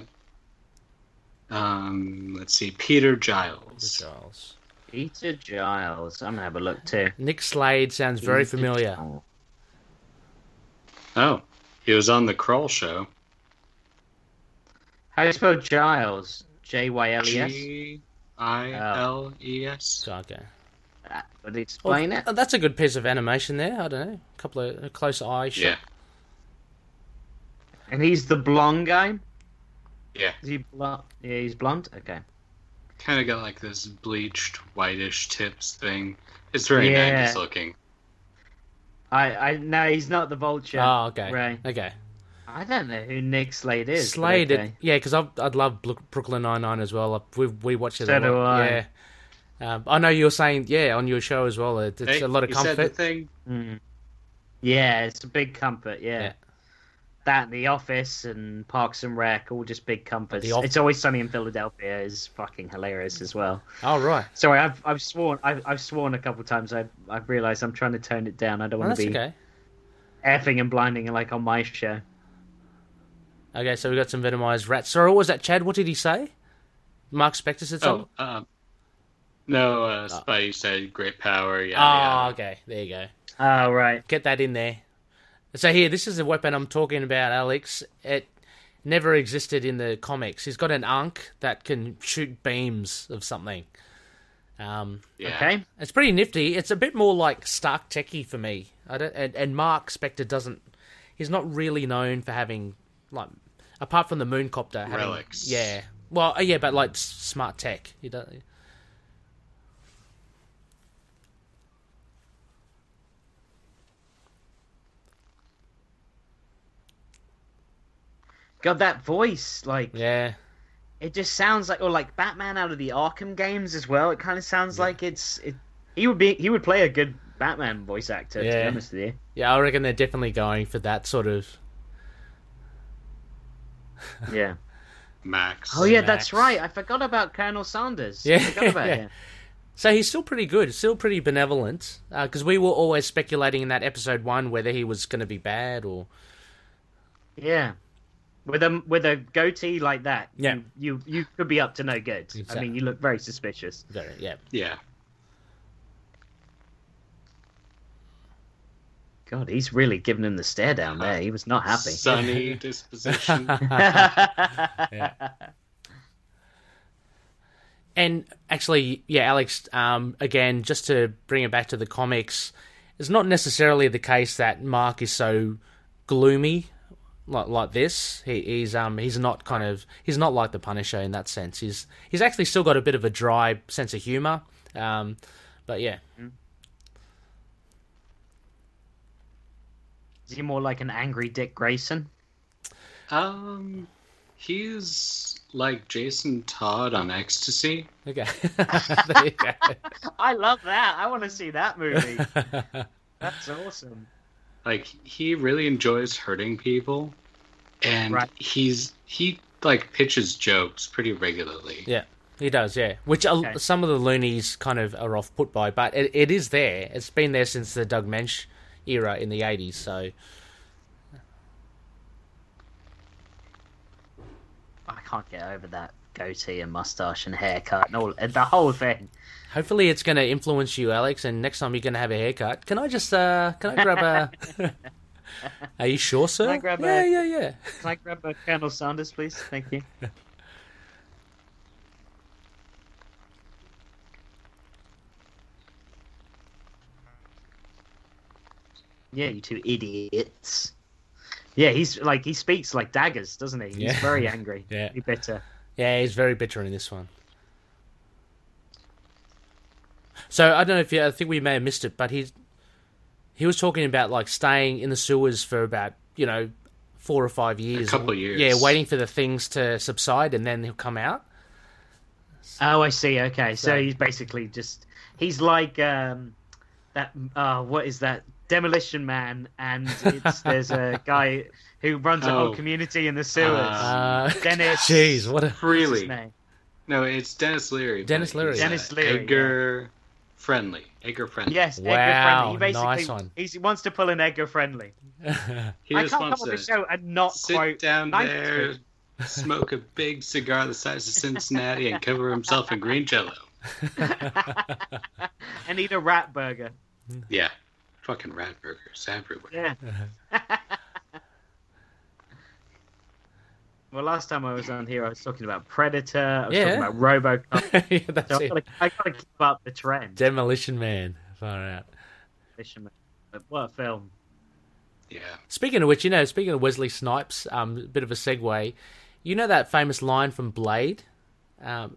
D: Um, let's see, Peter Giles.
B: Giles.
C: Peter Giles. I'm gonna have a look too.
B: Nick Slade sounds very
C: Peter
B: familiar.
C: Giles.
D: Oh, he was on the Crawl Show.
C: How do you spell Giles? J Y L E S.
D: G I L E S.
B: So, okay.
C: That Would
B: Well,
C: Uh, explain it.
B: th- That's a good piece of animation there. I don't know. A couple of a close eye shot.
D: Yeah,
C: And he's the blonde guy.
D: yeah.
C: Is he blonde? Yeah, he's blonde. Okay.
D: Kind of got like this bleached, whitish tips thing. It's very
C: Yeah.
D: 90s looking.
C: I, I no, he's not the vulture.
B: Oh, okay.
C: Right.
B: Okay.
C: I don't know who Nick Slade is. but
B: Slade, it-
C: okay.
B: yeah, because I'd love Bro- Brooklyn Nine Nine as well. We we watch it.
C: So
B: a lot.
C: do I.
B: Yeah. Um, I know you were saying yeah on your show as well. It, it's
D: Hey,
B: a lot of
D: you said the
B: comfort.
D: thing.
C: Mm. Yeah, it's a big comfort. Yeah.
B: Yeah.
C: That and The Office and Parks and Rec, all just big comforts.
B: The Off-
C: it's always sunny in Philadelphia is fucking hilarious as well.
B: Oh right,
C: Sorry, I've I've sworn I've, I've sworn a couple times. I've I've realised I'm trying to tone it down. I don't
B: well,
C: want
B: that's
C: to be
B: okay.
C: effing and blinding like on my show.
B: Okay, so we got some venomized rats. Sorry, what was that, Chad? What did he say? Mark Spector said
D: Oh,
B: something.
D: um, no, uh, Spidey said great power. Yeah,
B: Ah,
D: yeah.
B: okay. There you go.
C: Oh right,
B: Get that in there. So here, this is the weapon I'm talking about, Alex. It never existed in the comics. He's got an ankh that can shoot beams of something. Um,
D: Yeah.
C: okay.
B: It's pretty nifty. It's a bit more like Stark Techie for me. I don't, and, and Mark Spector doesn't. He's not really known for having like, apart from the Mooncopter. Having,
D: Relics.
B: Yeah. Well, uh, yeah, but like s- smart tech. You don't.
C: God, that voice, like
B: Yeah.
C: it just sounds like, or like Batman out of the Arkham games as well. It kind of sounds like it's it. He would be he would play a good Batman voice actor. To be
B: Yeah.
C: honest with you,
B: Yeah, I reckon they're definitely going for that sort of.
C: yeah.
D: Max.
C: Oh yeah,
B: Max.
C: that's right. I forgot about Colonel Sanders.
B: Yeah.
C: I forgot about
B: Yeah.
C: him.
B: So he's still pretty good, still pretty benevolent. Because we were always speculating in that episode one whether he was going to be bad or.
C: Yeah. With a with a goatee like that,
B: Yeah.
C: you, you you could be up to no good. I
B: Exactly.
C: mean, you look very suspicious.
B: Yeah.
D: Yeah.
C: God, he's really giving him the stare down there. He was not happy.
D: Sunny disposition.
B: And actually, yeah, Alex, um, again, just to bring it back to the comics, it's not necessarily the case that Mark is so gloomy like like this. He, he's um he's not kind of he's not like the Punisher in that sense. He's he's actually still got a bit of a dry sense of humor. Um, but yeah,
C: Is he more like an angry Dick Grayson?
D: um, he's like Jason Todd on ecstasy.
B: okay. There you go.
C: I love that. I want to see that movie. That's awesome.
D: Like he really enjoys hurting people, and
C: Right.
D: he's he like pitches jokes pretty regularly.
B: Yeah, he does. Yeah, which a-
C: Okay.
B: some of the loonies kind of are off put by, but it, it is there. It's been there since the Doug Mensch era in the eighties. So
C: I can't get over that goatee and mustache and haircut and all the whole thing.
B: hopefully, it's going to influence you, Alex. And next time you're going to have a haircut, can I just uh, can I grab a? are you sure, sir?
C: I grab a-
B: yeah, yeah, yeah.
C: Can I grab a Colonel Sanders, please? Thank you. Yeah, you two idiots. Yeah, he's like he speaks like daggers, doesn't he? He's
B: Yeah.
C: very angry.
B: Yeah.
C: very bitter.
B: Yeah, he's very bitter in this one. So I don't know if you, I think we may have missed it, but he he was talking about like staying in the sewers for about you know four or five years,
D: couple years.
B: yeah, waiting for the things to subside and then he'll come out.
C: Oh, I see. Okay, so,
B: So-
C: he's basically just he's like um that uh what is that demolition man and it's there's a guy who runs a whole
D: Oh.
C: community in the sewers.
D: Uh,
B: Uh,
C: Dennis-
B: jeez, what a
C: What's his
D: Really,
C: name?
D: no, it's Dennis Leary. but
B: Dennis Leary.
D: he's,
C: Dennis
D: uh,
C: Leary, yeah.
D: Edgar friendly. Edgar friendly.
C: Yes,
B: Wow,
C: Edgar Friendly. He
B: nice
C: basically
B: one.
C: he's- he wants to pull an Edgar Friendly.
D: he
C: I
D: just
C: can't come
D: wants
C: on the
D: to
C: show and not
D: sit
C: quote.
D: down
C: nice
D: there, smoke a big cigar the size of Cincinnati, and cover himself in green jello.
C: and eat a rat burger.
D: Yeah, fucking rat burgers everywhere.
C: Yeah. well, last time I was on here, I was talking about Predator. I was
B: Yeah.
C: talking about RoboCop.
B: yeah, that's
C: So I
B: it.
C: gotta, I gotta keep up the trend.
B: Demolition Man, far out.
C: Fisherman. But What a film!
D: yeah.
B: Speaking of which, you know, speaking of Wesley Snipes, um, a bit of a segue. You know that famous line from Blade, um,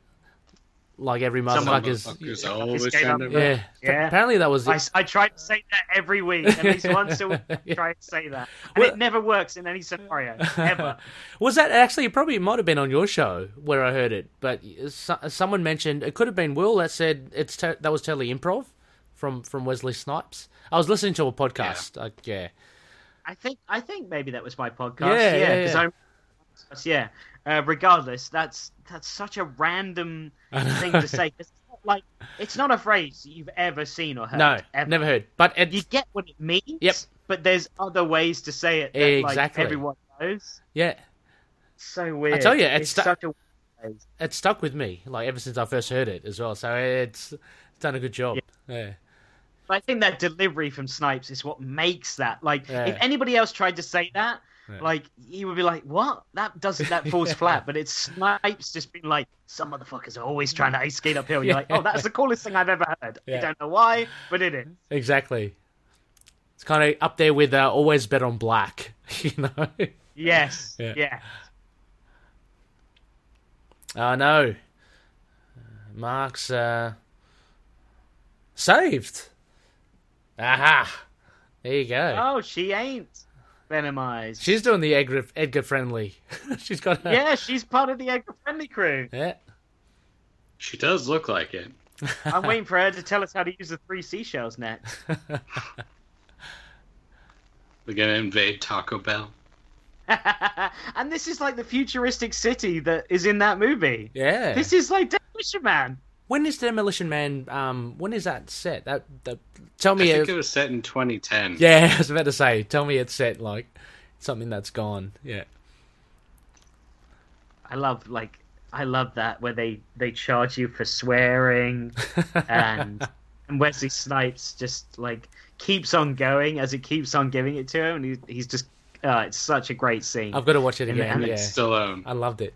B: like every
C: Some
B: motherfucker's.
D: Motherfuckers always
C: escape
D: trying
C: up-
D: to
B: Yeah.
C: Yeah.
B: Apparently that was
C: I, I try to say that every week, at least once a week. I try to say that, and
B: Well-
C: it never works in any scenario ever.
B: was that actually probably it might have been on your show where I heard it, but so, someone mentioned it could have been Will that said it's to, that was totally improv from from Wesley Snipes. I was listening to a podcast. Yeah. Like, yeah.
C: I think I think maybe that was my podcast.
B: Yeah,
C: Yeah,
B: yeah,
C: because
B: yeah.
C: I'm. Yeah. Uh, regardless, that's that's such a random thing to say. It's not like it's not a phrase you've ever seen or heard.
B: no,
C: ever.
B: never heard. But it,
C: You get what it means.
B: Yep.
C: But there's other ways to say it. That,
B: Exactly.
C: Like, everyone knows.
B: yeah,
C: So weird.
B: tell you, it's
C: it's,
B: stu-
C: such a.
B: it stuck with me like ever since I first heard it as well. So it's, it's done a good job. Yeah.
C: But I think that delivery from Snipes is what makes that. Like,
B: Yeah.
C: if anybody else tried to say that,
B: Yeah.
C: like, you would be like, "What? That does that falls flat." But it's Snipes just being like, "Some motherfuckers are always trying to ice skate uphill." You're like, "Oh, that's the coolest thing I've ever heard."
B: Yeah.
C: I don't know why, but it is.
B: Exactly. It's kind of up there with uh, always bet on black, you know.
C: Yes,
B: Yeah.
C: yeah.
B: I know. Mark's uh, saved. Aha! There you go.
C: Oh, she ain't venomized.
B: She's doing the Edgar, Edgar friendly. She's got her.
C: yeah, she's part of the Edgar Friendly crew.
B: Yeah.
D: She does look like it.
C: I'm waiting for her to tell us how to use the three seashells next.
D: They're gonna invade Taco Bell.
C: and this is like the futuristic city that is in that movie.
B: Yeah.
C: This is like Demolition Man.
B: When is Demolition Man? Um, when is that set? That, that tell
D: I
B: me.
D: think
B: if-
D: it was set in 2010.
B: Oh, Yeah, I was about to say. Tell me it's set like something that's gone. Yeah.
C: I love like I love that where they they charge you for swearing and and Wesley Snipes just like keeps on going as it keeps on giving it to him, and he, he's just uh, it's such a great scene.
B: I've got to watch it
C: And
B: again.
C: then
B: Yeah, Uh,
D: Stallone,
B: I loved it.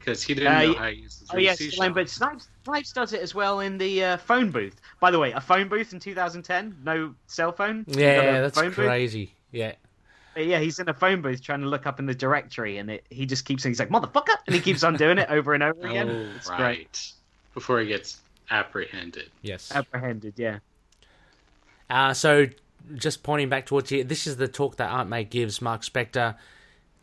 D: because he didn't
C: Uh,
D: know
C: yeah.
D: how to use his
C: Oh yes,
D: VC
C: Stallone,
D: shot.
C: but Snipes, Snipes does it as well in the uh, phone booth. By the way, a phone booth in 2010, no cell phone. You
B: Yeah,
C: got a
B: that's
C: phone booth?
B: crazy. Yeah,
C: But yeah, he's in a phone booth trying to look up in the directory, and it, he just keeps saying, "He's like motherfucker," and he keeps on doing it over and over again.
D: Oh,
C: it's
D: right.
C: great.
D: Before he gets apprehended.
B: yes.
C: Apprehended, yeah.
B: Uh, so, just pointing back towards you, this is the talk that Aunt May gives Mark Spector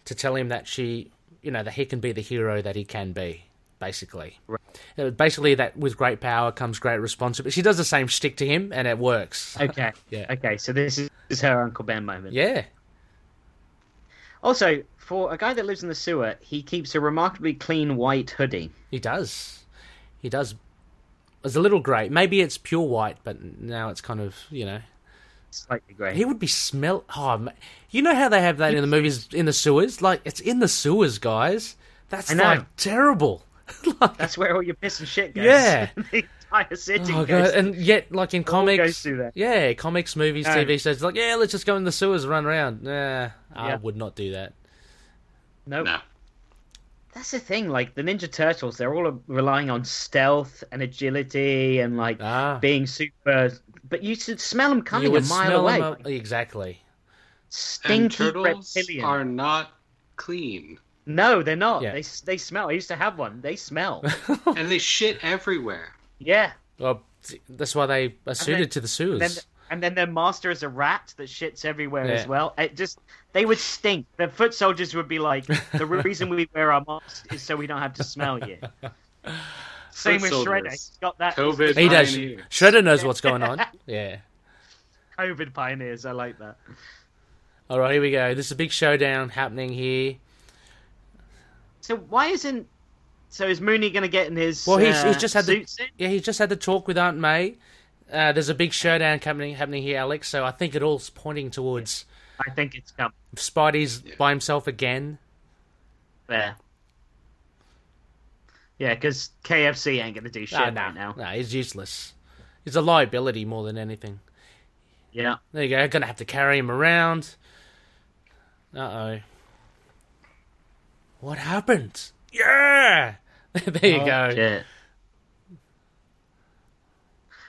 B: to tell him that she, you know, that he can be the hero that he can be, basically.
C: Right.
B: Uh, Basically, that with great power comes great responsibility. She does the same stick to him, and it works.
C: Okay.
B: Yeah.
C: Okay. So this is, this is her Uncle Ben moment.
B: Yeah.
C: Also, for a guy that lives in the sewer, he keeps a remarkably clean white hoodie.
B: He does. He does. It's a little grey. Maybe it's pure white, but now it's kind of you know.
C: Slightly grey.
B: He would be smell. Oh, ma- you know how they have that in the movies in the sewers. Like it's in the sewers, guys. That's
C: I know.
B: like terrible. like,
C: That's where all your piss and shit goes.
B: Yeah.
C: the entire city
B: oh
C: goes.
B: god! And yet, like in
C: goes
B: comics,
C: through there.
B: yeah, comics, movies,
C: No.
B: TV shows, like yeah, let's just go in the sewers, and run around. Nah, I
C: Yeah.
B: would not do that.
C: Nope.
D: No.
C: That's the thing. Like the Ninja Turtles, they're all relying on stealth and agility and like
B: Ah,
C: being super. But you should smell them coming a mile
B: smell
C: away.
B: 'em up- exactly.
D: And
C: Stinky
D: turtles
C: reptilian.
D: are not clean.
C: No, they're not.
B: Yeah.
C: They they smell. I used to have one. They smell.
D: and they shit everywhere.
C: yeah.
B: Well, t- that's why they are suited to the sewers.
C: And then, and then their master is a rat that shits everywhere
B: Yeah.
C: as well. It just they would stink. The foot soldiers would be like, the reason we wear our masks is so we don't have to smell you. Same with
D: Foot
C: Shredder.
D: soldiers.
C: He's got that
D: COVID.
B: he does.
D: Pioneers.
B: Shredder knows what's going on. Yeah.
C: COVID pioneers. I like that.
B: All right, here we go. This is a big showdown happening here.
C: So why isn't so is Mooney going to get in his?
B: Well, he's-
C: uh,
B: he's just had the-
C: suit soon?
B: Yeah, he just had the talk with Aunt May. Uh, there's a big showdown happening happening here, Alex. So I think it all's pointing towards
C: I think it's come
B: Spidey's
D: Yeah.
B: by himself again.
C: there. Yeah, because KFC ain't going to do shit
B: Ah,
C: right now.
B: no, he's useless. He's a liability more than anything.
C: Yeah.
B: There you go. Gonna have to carry him around. Uh oh. What happened? Yeah. there
D: Oh,
B: you go.
C: Oh, Shit.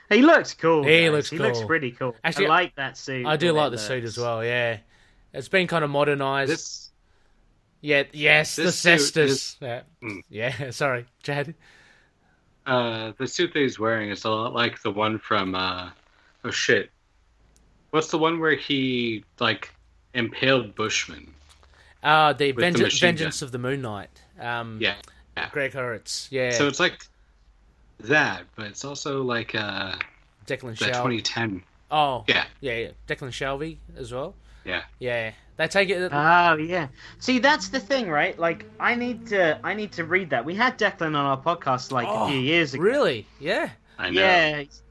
C: He looks cool.
B: He
C: guys.
B: looks
C: He looks
B: cool.
C: pretty cool.
B: Actually,
C: I like that suit.
B: I do
C: when it
B: like the suit
C: looks.
B: as well. Yeah, it's been kind of modernized.
D: This
B: Yeah, yes, the
D: This suit
B: cestus.
D: is-
B: Yeah.
D: Mm.
B: yeah, sorry, Chad.
D: uh, the suit that he's wearing is a lot like the one from uh, oh shit, what's the one where he like impaled Bushman?
B: Uh, the,
D: With the
B: Vengeance-
D: machine
B: Vengeance of the Moon Knight. Um,
D: Yeah.
B: Greg Hurwitz. Yeah,
D: So it's like that, but it's also like uh,
B: Declan
D: the
B: Shelby.
D: 2010.
B: Oh, yeah.
D: Yeah,
B: yeah, Declan Shelby as well.
D: yeah.
B: Yeah, they take it.
C: Oh yeah. See, that's the thing, right? Like, I need to, I need to read that. We had Declan on our podcast like
B: Oh,
C: a few years ago.
B: really? Yeah.
D: I know.
C: Yeah, he's-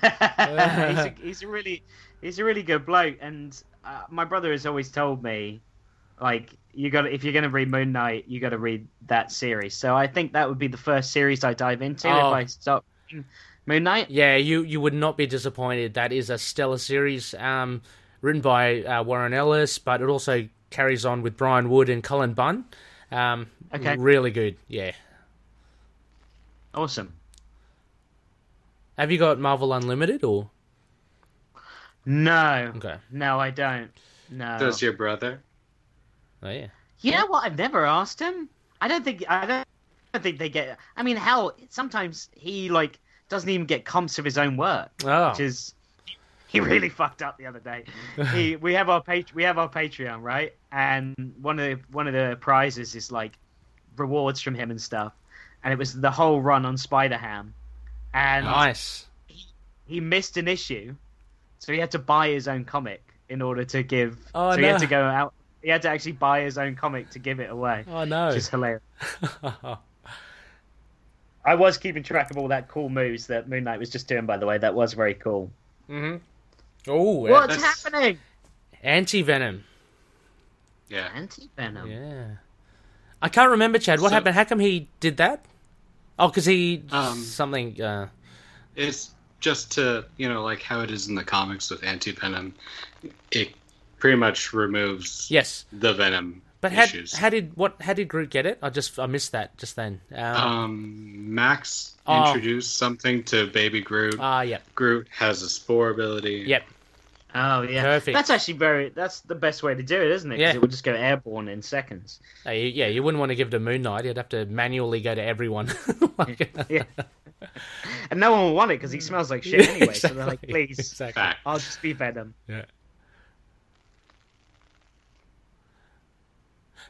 C: yeah. he's, a, he's a really, he's a really good bloke. And uh, my brother has always told me, like, you got to if you're going to read Moon Knight, you got to read that series. So I think that would be the first series I dive into
B: Oh.
C: if I start reading Moon Knight.
B: Yeah, you you would not be disappointed. That is a stellar series, um, written by uh, Warren Ellis, but it also carries on with Brian Wood and Cullen Bunn. Um,
C: Okay.
B: really good. Yeah.
C: Awesome.
B: Have you got Marvel Unlimited or
C: No,
B: okay?
C: no, I don't. No.
D: Does your brother?
B: Oh yeah.
C: You know what? I've never asked him. I don't think I don't, I don't think they get. I mean, hell, sometimes he like doesn't even get comps of his own work,
B: Oh.
C: which is he really fucked up the other day. He, we have our page, we have our Patreon, right? And one of the one of the prizes is like rewards from him and stuff, and it was the whole run on Spider Ham, and
B: Nice.
C: he missed an issue, so he had to buy his own comic in order to give.
B: Oh,
C: so he
B: no.
C: had to go out. He had to actually buy his own comic to give it away,
B: Oh no.
C: which is hilarious. I was keeping track of all that cool moves that Moon Knight was just doing. By the way, that was very cool.
B: hmm Oh, yeah,
C: What's
D: that's-
C: happening?
B: anti venom.
D: Yeah.
C: Anti Venom.
B: Yeah, I can't remember, Chad. What
D: So-
B: happened? How come he did that? Oh, because he
D: Um,
B: something. Uh,
D: It's just to you know like how it is in the comics with anti venom, it pretty much removes
B: Yes,
D: the venom
B: but how,
D: issues.
B: how did what how did Groot get it? I just I missed that just then. Um,
D: um, Max
B: Oh.
D: introduced something to Baby Groot.
B: ah, yep,
D: Groot has a spore ability.
B: yep,
C: Oh yeah,
B: Perfect.
C: That's actually very. That's the best way to do it, isn't it? 'Cause
B: Yeah.
C: it would just go airborne in seconds.
B: Uh, you- yeah. You wouldn't want to give it to Moon Knight. You'd have to manually go to everyone. Like- uh,
C: Yeah. and no one will want it because he smells like shit
B: Yeah,
C: anyway. So they're like,
B: exactly,
C: please,
B: exactly.
D: Fact.
C: I'll just be Venom.
B: Yeah.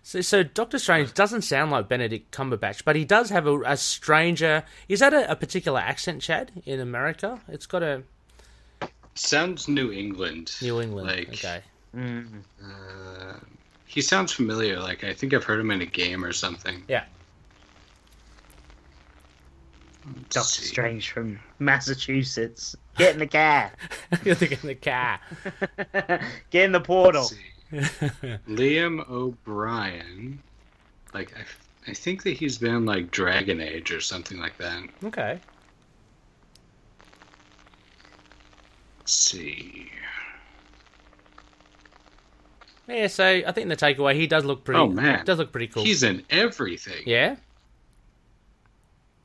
B: So, so Doctor Strange doesn't sound like Benedict Cumberbatch, but he does have a, a stranger. Is that a, a particular accent, Chad, in America? It's got a
D: Sounds New England.
B: New England.
D: Like,
B: okay.
C: Mm.
D: Uh, he sounds familiar. Like I think I've heard him in a game or something.
B: Yeah.
D: Let's
C: Doctor
D: see.
C: Strange from Massachusetts. Get in the car.
B: You're thinking the car.
C: Get in the
D: Let's
C: portal.
D: see. Liam O'Brien. Like I, I think that he's been in, like Dragon Age or something like that.
B: okay.
D: Let's see.
B: Yeah. So I think the takeaway he does look pretty.
D: Oh, man.
B: does look pretty cool.
D: He's in everything.
B: yeah.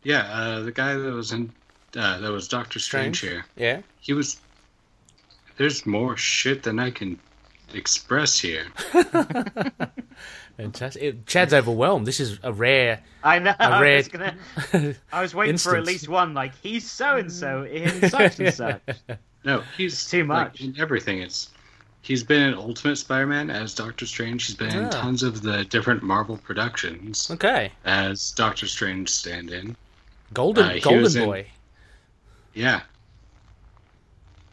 D: Yeah, uh, the guy that was in uh, that was Doctor Strange here.
B: Yeah.
D: He was. There's more shit than I can express here.
B: Fantastic. It- Chad's overwhelmed. This is a rare.
C: I know. I, was
B: read-
C: gonna, I was waiting for at
B: Instance. Mm.
C: least one. Like he's so and so in such and such.
D: No, he's
C: too
D: like,
C: much.
D: in everything. It's he's been in Ultimate Spider-Man as Doctor Strange. He's been
B: Ah.
D: in tons of the different Marvel productions
B: Okay.
D: as Doctor Strange stand-in. Uh,
B: Golden
D: he was
B: Golden
D: in-
B: Boy.
D: Yeah,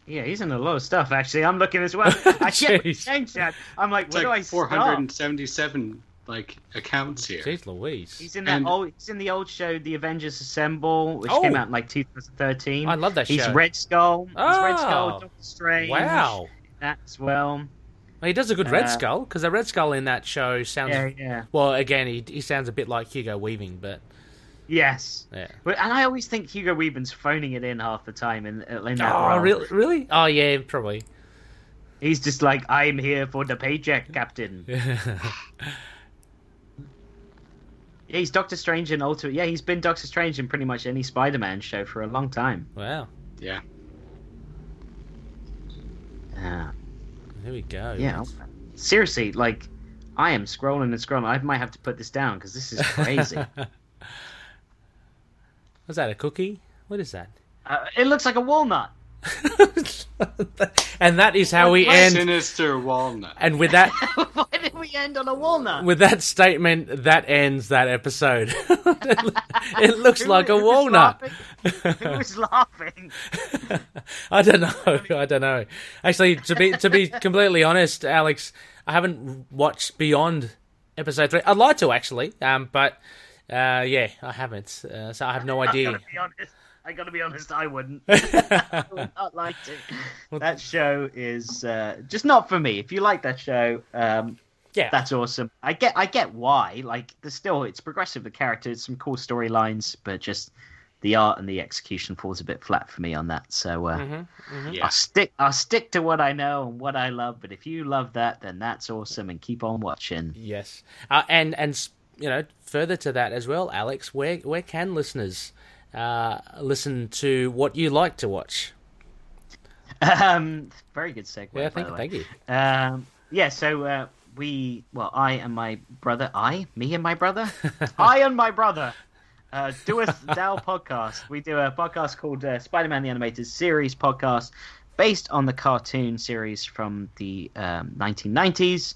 C: Yeah, he's in a lot of stuff. Actually, I'm looking as well. I can't
B: Jeez.
C: change that. I'm like,
D: it's
C: where
D: like
C: do I start?
D: 477 like accounts here.
B: Jeez Louise.
C: He's in that
D: And-
C: old. He's in the old show, The Avengers Assemble, which
B: Oh.
C: came out in like 2013.
B: I love that
C: he's
B: show.
C: Red Skull. He's Red
B: Oh.
C: Skull. Doctor Strange.
B: Wow.
C: That's well.
B: Well, He does a good Red
C: Uh,
B: Skull because the Red Skull in that show sounds
C: Yeah, yeah.
B: well. Again, he he sounds a bit like Hugo Weaving, but
C: Yes.
B: yeah.
C: But- And I always think Hugo Weaving's phoning it in half the time. In, uh, in that
B: Oh,
C: role.
B: really? Really? Oh, yeah, probably.
C: He's just like, I'm here for the paycheck, Captain. Yeah, he's Doctor Strange in Ultimate. Yeah, he's been Doctor Strange in pretty much any Spider-Man show for a long time.
B: wow.
D: Yeah,
C: Yeah.
B: There we go.
C: Uh, yeah. Seriously, like, I am scrolling and scrolling. I might have to put this down because this is crazy.
B: Was that a cookie? What is that?
C: uh, it looks like a walnut.
B: and that is how we end.
D: Sinister Walnut.
B: And with that,
C: Why did we end on a walnut?
B: with that statement, that ends that episode. it lo- it looks
C: Who-
B: like a
C: who was
B: walnut.
C: laughing? Who was laughing?
B: I don't know. I don't know. Actually, to be to be completely honest, Alex, I haven't watched beyond episode three. I'd like to actually, um, but uh, yeah, I haven't. Uh, so I have no
C: I
B: idea.
C: gotta be honest. I gotta be honest. I wouldn't. I would not like to. That show is uh, just not for me. If you like that show, um,
B: Yeah,
C: that's awesome. I get, I get why. Like, there's still it's progressive. The characters, some cool storylines, but just the art and the execution falls a bit flat for me on that. So. Uh,
B: Mhm.
D: Yeah.
C: I'll stick. I'll stick to what I know and what I love. But if you love that, then that's awesome, and keep on watching.
B: yes, uh, and and s- you know further to that as well, Alex. Where where can listeners uh, listen to what you like to watch?
C: Um, very good segue.
B: Yeah,
C: by
B: thank
C: the
B: you,
C: way.
B: thank you.
C: Um, yeah, so uh, we, well, I and my brother, I, me and my brother, I and my brother, uh, doeth thou podcast. We do a podcast called uh, Spider-Man the Animated Series podcast, based on the cartoon series from the um, 1990s,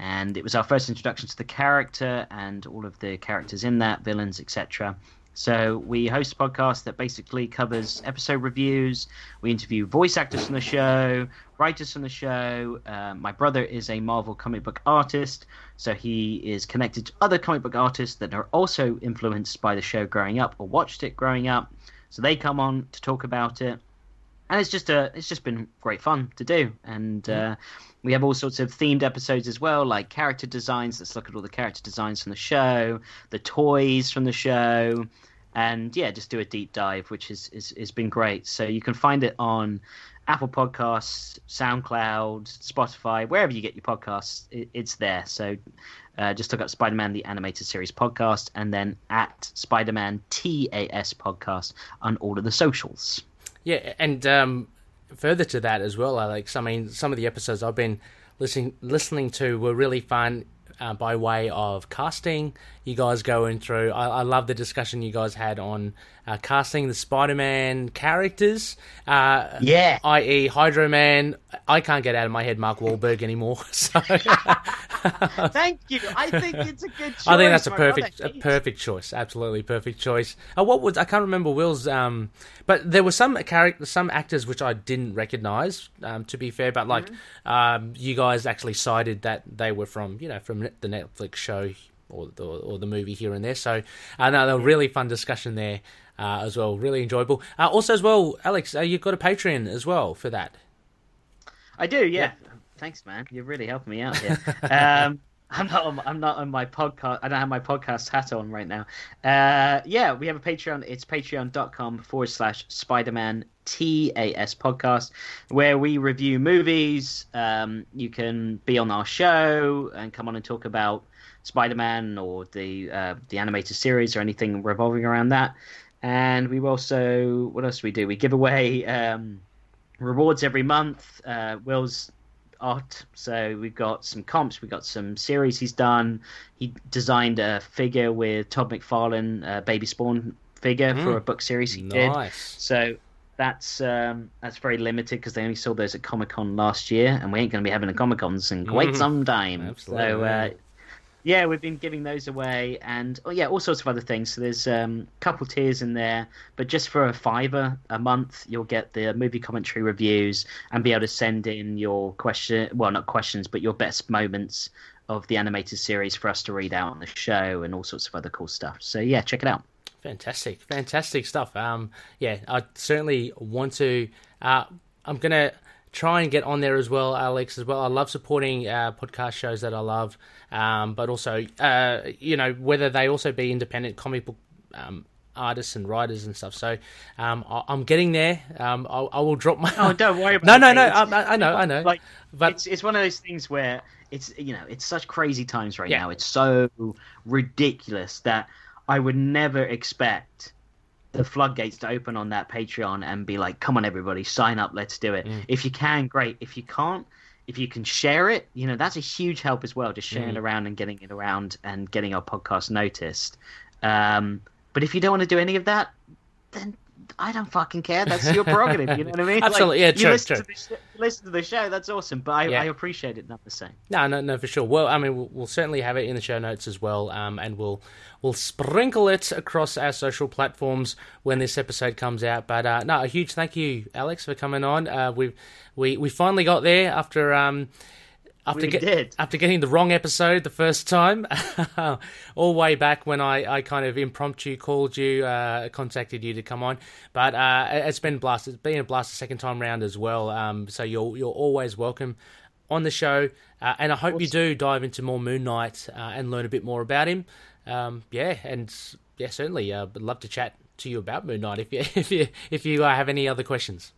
C: and it was our first introduction to the character and all of the characters in that, villains, etc. So we host a podcast that basically covers episode reviews. We interview voice actors from the show, writers from the show. Uh, my brother is a Marvel comic book artist, so he is connected to other comic book artists that are also influenced by the show growing up or watched it growing up. So they come on to talk about it, and it's just a it's just been great fun to do. And uh, we have all sorts of themed episodes as well, like character designs. Let's look at all the character designs from the show, the toys from the show. and yeah, just do a deep dive, which is is has been great. So you can find it on Apple Podcasts, SoundCloud, Spotify, wherever you get your podcasts, it, it's there. So uh, just look up Spider Man the Animated Series podcast, and then at Spider Man TAS podcast on all of the socials.
B: Yeah, and um, further to that as well, Alex. I mean, some of the episodes I've been listening listening to were really fun uh, by way of casting. You guys going through. I, I love the discussion you guys had on uh, casting the Spider-Man characters. Uh,
C: Yeah.
B: I.e., Hydro Man. I can't get out of my head Mark Wahlberg anymore. So
C: Thank you. I think it's a good. Choice,
B: I think that's a
C: my
B: perfect, a
C: brother.
B: perfect choice. Absolutely perfect choice. Uh, what was I can't remember Will's, um, but there were some character, some actors which I didn't recognize. Um, to be fair, but like um, you guys actually cited that they were from you know from the Netflix show or the, or the movie here and there. So uh, no, they were really fun discussion there uh, as well. Really enjoyable. Uh, also as well, Alex, uh, you've got a Patreon as well for that.
C: I do, yeah. Thanks, man. You're really helping me out here. um, I'm not. On, I'm not on my podcast. I don't have my podcast hat on right now. Uh, yeah, we have a Patreon. It's patreon.com forward slash Spider Man TAS podcast, where we review movies. Um, you can be on our show and come on and talk about Spider Man or the uh, the animated series or anything revolving around that. And we also, what else do we do? We give away. Um, rewards every month. Uh, Will's art. So we've got some comps. We've got some series he's done. He designed a figure with Todd McFarlane, uh, Baby Spawn figure for a book series he did.
B: Nice.
C: So that's um, that's very limited because they only sold those at Comic Con last year, and we ain't going to be having a Comic Cons in quite
B: Mhm.
C: some time. So
B: Absolutely.
C: uh, yeah, we've been giving those away, and oh yeah, all sorts of other things. So there's um, a couple tiers in there, but just for a fiver a month, you'll get the movie commentary reviews and be able to send in your question. Well, not questions, but your best moments of the animated series for us to read out on the show, and all sorts of other cool stuff. So yeah, check it out.
B: Fantastic, fantastic stuff. Um, yeah, I certainly want to. Uh, I'm gonna try and get on there as well, Alex. As well, I love supporting uh, podcast shows that I love, um, but also, uh, you know, whether they also be independent comic book um, artists and writers and stuff. So, um, I- I'm getting there. Um, I-, I will drop my.
C: Oh, don't worry about
B: no, no,
C: it, mate.
B: no. um, I,
C: It's-
B: I I know, I know.
C: Like
B: but
C: it's it's one of those things where it's you know it's such crazy times right
B: Yeah.
C: now. It's so ridiculous that I would never expect the floodgates to open on that Patreon and be like, "Come on, everybody, sign up, let's do it."
B: Mm.
C: If you can, great. If you can't, if you can share it, you know that's a huge help as well. Just sharing
B: Mm.
C: it around and getting it around and getting our podcast noticed. Um, but if you don't want to do any of that, then I don't fucking care. That's your prerogative. You know what I mean? Like,
B: Absolutely, yeah,
C: you
B: true,
C: listen
B: true.
C: to the sh- you listen to the show. That's awesome. But I,
B: Yeah.
C: I appreciate it not the same.
B: No, no, no, for sure. Well, I mean, we'll, we'll certainly have it in the show notes as well, um, and we'll we'll sprinkle it across our social platforms when this episode comes out. But uh, no, a huge thank you, Alex, for coming on. Uh, we we we finally got there after um after
C: We
B: get-
C: did.
B: after getting the wrong episode the first time, all way back when I, I kind of impromptu called you, uh, contacted you to come on. But uh, it's been a blast. It's been a blast the second time round as well. Um, so you're you're always welcome on the show, uh, and I hope you do dive into more Moon Knight uh, and learn a bit more about him. Um, yeah, and yeah, certainly, uh, would love to chat to you about Moon Knight if you if you if you uh, have any other questions.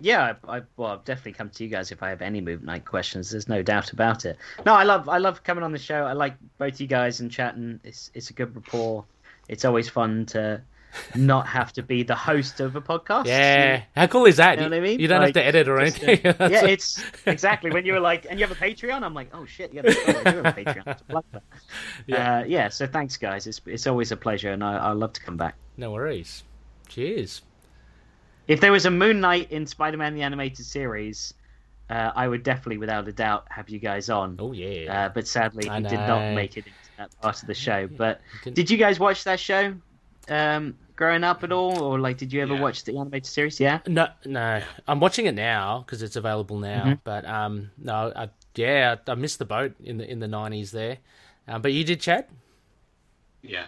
C: Yeah, I, I well, I've definitely come to you guys if I have any Moon Knight questions. There's no doubt about it. No, I love I love coming on the show. I like both you guys and chatting. It's it's a good rapport. It's always fun to not have to be the host of a podcast.
B: Yeah, how cool is that?
C: Oh, You know what I mean?
B: You don't
C: Like,
B: have to edit or
C: just, uh,
B: anything. That's
C: yeah,
B: it.
C: it's exactly when you were like, and you have a Patreon. I'm like, oh shit, yeah, that's right, I do have a Patreon. I love that.
B: Yeah.
C: Uh, yeah. So thanks, guys. It's it's always a pleasure, and I I love to come back.
B: No worries. Cheers.
C: If there was a Moon Knight in Spider-Man the animated series, uh, I would definitely, without a doubt, have you guys on.
B: Oh yeah.
C: Uh, but sadly,
B: I
C: he did
B: know.
C: not make it into that part of the show. But
B: didn't-
C: did you guys watch that show um, growing up at all, or like, did you ever
D: Yeah.
C: watch the animated series? Yeah.
B: no, no. I'm watching it now because it's available now.
C: Mhm.
B: But um, no, I, yeah, I, I missed the boat in the in the '90s there. Um, but you did, Chad.
D: Yeah.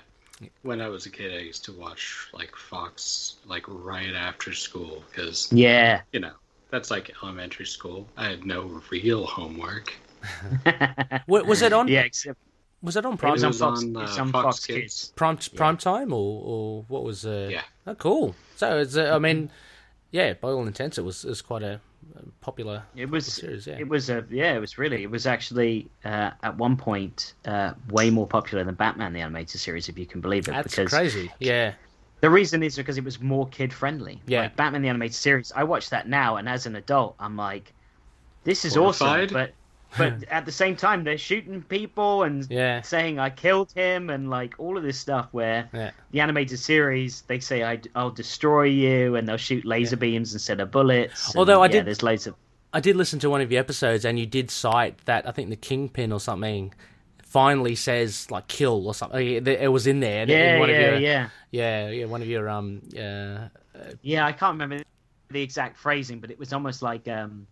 D: When I was a kid, I used to watch like Fox like right after school because
C: Yeah.
D: you know that's like elementary school. I had no real homework.
B: W- was it on?
C: Yeah. Except
B: Was it on
C: It
B: prime
C: was
D: It
C: on
D: was
C: Fox,
D: on, uh,
C: it's on
D: Fox
C: Fox
D: Kids.
C: Kids.
B: prime prime time or or what was? Uh...
D: Yeah.
B: Oh, cool. So it's uh, I mean, yeah, by all intents, it was it was quite a um, popular
C: It was
B: series. Yeah.
C: It was a yeah. It was really. It was actually uh, at one point uh, way more popular than Batman the animated series, if you can believe it.
B: That's
C: because
B: crazy. Yeah.
C: the reason is because it was more kid friendly.
B: Yeah.
C: Like Batman the animated series. I watch that now, and as an adult, I'm like, this is
D: Horrified?
C: awesome. But but at the same time, they're shooting people and
B: Yeah.
C: saying I killed him and like all of this stuff where
B: Yeah.
C: the animated series they say I, will destroy you and they'll shoot laser beams instead of bullets. and,
B: Although I
C: yeah,
B: did-
C: there's loads of
B: I did listen to one of your episodes, and you did cite that I think the kingpin or something finally says like kill or something. It it was in there. in
C: yeah
B: one of
C: yeah
B: your,
C: yeah.
B: yeah, yeah, One of your um, uh,
C: Yeah, I can't remember the exact phrasing, but it was almost like um,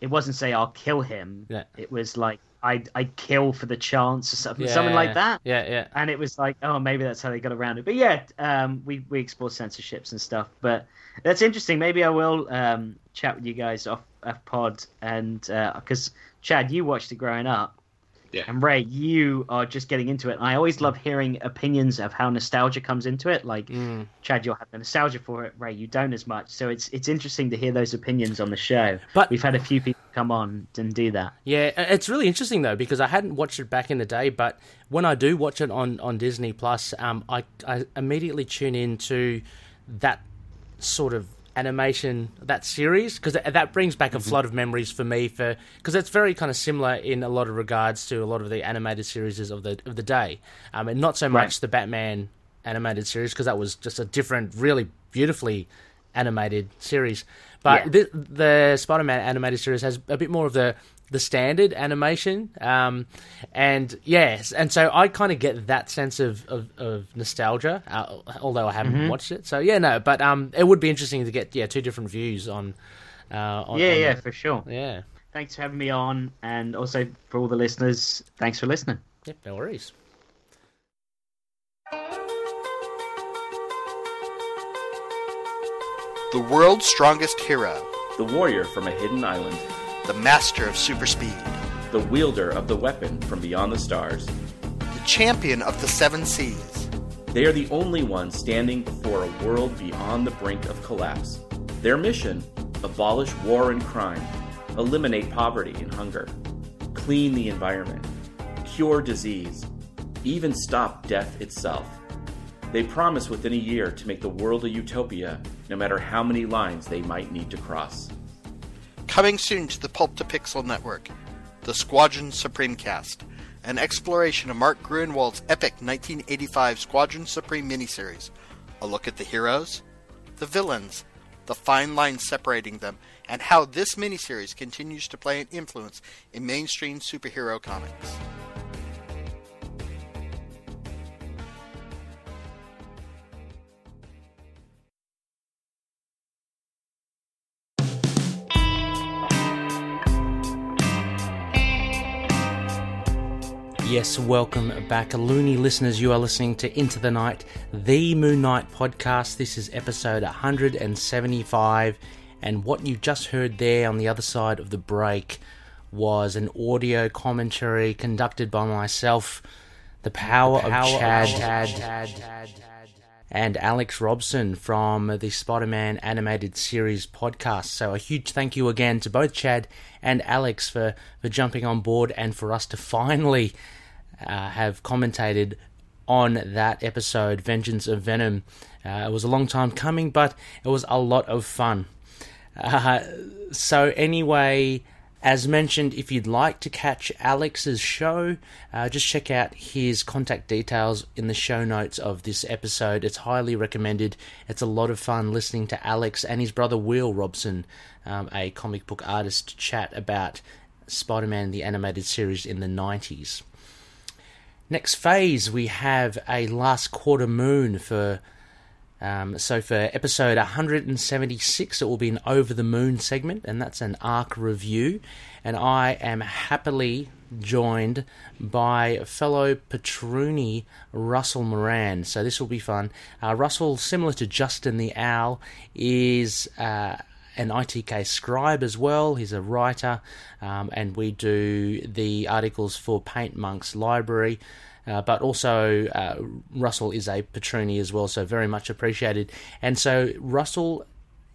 C: it wasn't say I'll kill him.
B: Yeah.
C: It was like I I kill for the chance or something,
B: yeah,
C: something like that.
B: Yeah, yeah,
C: And it was like, oh, maybe that's how they got around it. But yeah, um, we we explored censorships and stuff. But that's interesting. Maybe I will um, chat with you guys off off pod and because Chad, you watched it growing up.
D: Yeah.
C: And Ray, you are just getting into it. And I always love hearing opinions of how nostalgia comes into it. Like,
B: Mm.
C: Chad, you'll have the nostalgia for it. Ray, you don't as much. So it's it's interesting to hear those opinions on the show.
B: But-
C: we've had a few people come on and do that.
B: yeah. I- It's really interesting though because I hadn't watched it back in the day, but when I do watch it on on Disney Plus, um, I I immediately tune into that sort of animation that series because that brings back a flood of memories for me for because it's very kind of similar in a lot of regards to a lot of the animated series of the of the day um and not so much the batman animated series because that was just a different really beautifully animated series but
C: Yeah.
B: the, the spider-man animated series has a bit more of the the standard animation um and yes and so i kind of get that sense of of, of nostalgia uh, although i haven't
C: Mm-hmm.
B: watched it so yeah no but um it would be interesting to get yeah two different views on uh on,
C: Yeah,
B: on
C: yeah,
B: that.
C: for sure.
B: yeah
C: Thanks for having me on, and also for all the listeners, thanks for listening.
B: Yep, no worries.
E: The world's strongest hero,
F: the warrior from a hidden island,
E: the master of super speed,
F: the wielder of the weapon from beyond the stars.
E: the champion of the seven seas,
F: They are the only ones standing before a world beyond the brink of collapse. Their mission abolish war and crime, eliminate poverty and hunger, clean the environment, cure disease, even stop death itself. They promise within a year to make the world a utopia, no matter how many lines they might need to cross.
E: coming soon to the Pulp to Pixel Network, the Squadron Supreme cast, an exploration of Mark Gruenwald's epic 1985 Squadron Supreme miniseries, a look at the heroes, the villains, the fine line separating them, and how this miniseries continues to play an influence in mainstream superhero comics.
B: Yes, welcome back, loony listeners. You are listening to Into the Night, the Moon Knight podcast. This is episode 175, and what you just heard there on the other side of the break was an audio commentary conducted by myself, The Power, of Chad, and Alex Robson from the Spider Man Animated Series podcast. So, a huge thank you again to both Chad and Alex for, for jumping on board and for us to finally uh, have commentated on that episode, Vengeance of Venom. Uh, it was a long time coming, but it was a lot of fun. Uh, so, anyway, as mentioned, if you'd like to catch Alex's show, uh, just check out his contact details in the show notes of this episode. It's highly recommended. It's a lot of fun listening to Alex and his brother Will Robson, um, a comic book artist, chat about Spider Man the animated series in the 90s. Next phase, we have a last quarter moon for um, so for episode 176, it will be an over the moon segment, and that's an arc review. And I am happily joined by fellow Petruni Russell Moran. So this will be fun. Uh, Russell, similar to Justin the Owl, is uh, an ITK scribe as well. He's a writer, um, and we do the articles for Paint Monk's library. Uh, but also, uh, Russell is a Petroni as well, so very much appreciated. And so, Russell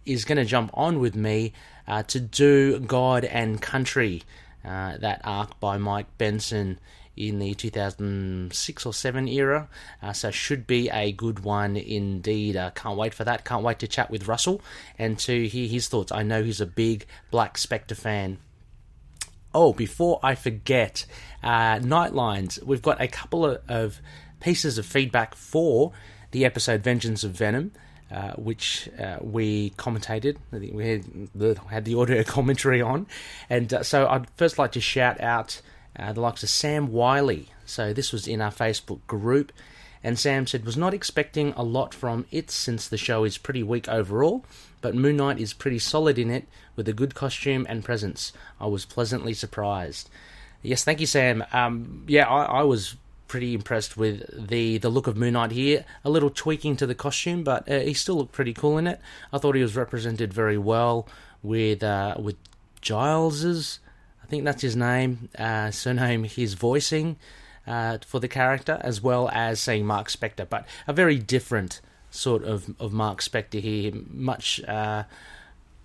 B: is going to jump on with me uh, to do God and Country, uh, that arc by Mike Benson in the 2006 or 7 era. Uh, so, should be a good one indeed. Uh, can't wait for that. Can't wait to chat with Russell and to hear his thoughts. I know he's a big Black Spectre fan. Oh, before I forget, uh, Nightlines, we've got a couple of, of pieces of feedback for the episode Vengeance of Venom. Uh, which uh, we commentated, I think we had the, had the audio commentary on. And uh, so I'd first like to shout out uh, the likes of Sam Wiley. So this was in our Facebook group. And Sam said, was not expecting a lot from it since the show is pretty weak overall, but Moon Knight is pretty solid in it with a good costume and presence. I was pleasantly surprised. Yes, thank you, Sam. Um, yeah, I, I was pretty impressed with the the look of Moon Knight here. A little tweaking to the costume, but uh, he still looked pretty cool in it. I thought he was represented very well with uh, with Giles's, I think that's his name, uh, surname, his voicing uh, for the character, as well as seeing Mark Spector, but a very different sort of of Mark Spector here. Much. Uh,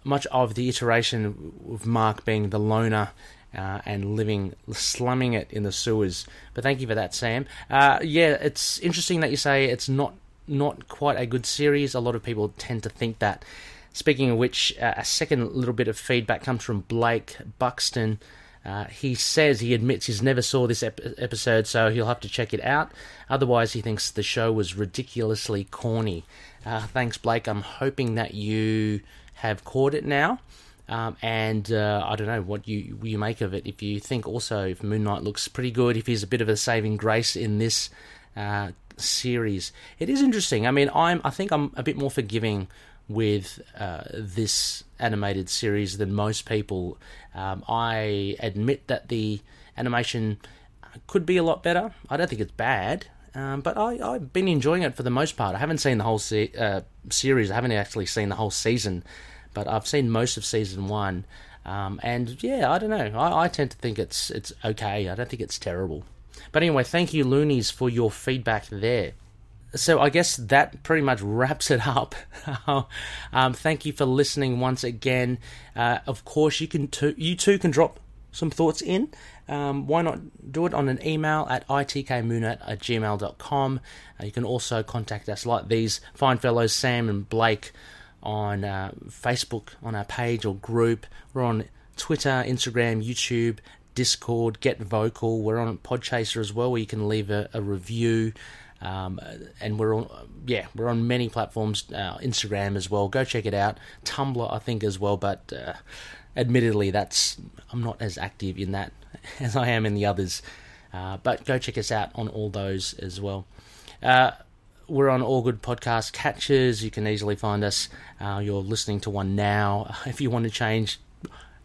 B: much of the iteration of Mark being the loner uh, and living, slumming it in the sewers. But thank you for that, Sam. Uh, yeah, it's interesting that you say it's not not quite a good series. A lot of people tend to think that. Speaking of which, uh, a second little bit of feedback comes from Blake Buxton. Uh, he says he admits he's never saw this ep- episode, so he'll have to check it out. Otherwise, he thinks the show was ridiculously corny. Uh, thanks, Blake. I'm hoping that you have caught it now. Um, and uh, I don't know what you you make of it. If you think also if Moon Knight looks pretty good, if he's a bit of a saving grace in this uh, series, it is interesting. I mean, I'm I think I'm a bit more forgiving with uh, this animated series than most people. Um, I admit that the animation uh, could be a lot better. I don't think it's bad. Um, but I, I've been enjoying it for the most part. I haven't seen the whole se- uh, series. I haven't actually seen the whole season but I've seen most of season one, um, and yeah, I don't know. I, I tend to think it's it's okay. I don't think it's terrible. But anyway, thank you, Loonies, for your feedback there. So I guess that pretty much wraps it up. um, thank you for listening once again. Uh, of course, you can too, you too can drop some thoughts in. Um, why not do it on an email at itkmoonat at gmail.com. Uh, you can also contact us like these fine fellows, Sam and Blake on uh, Facebook, on our page or group. We're on Twitter, Instagram, YouTube, Discord, Get Vocal. We're on Podchaser as well, where you can leave a, a review. Um, and we're on, yeah, we're on many platforms, uh, Instagram as well. Go check it out. Tumblr, I think, as well, but uh, admittedly, that's I'm not as active in that as I am in the others. Uh, but go check us out on all those as well. Uh, we're on all good podcast catches. You can easily find us. Uh, you're listening to one now. If you want to change,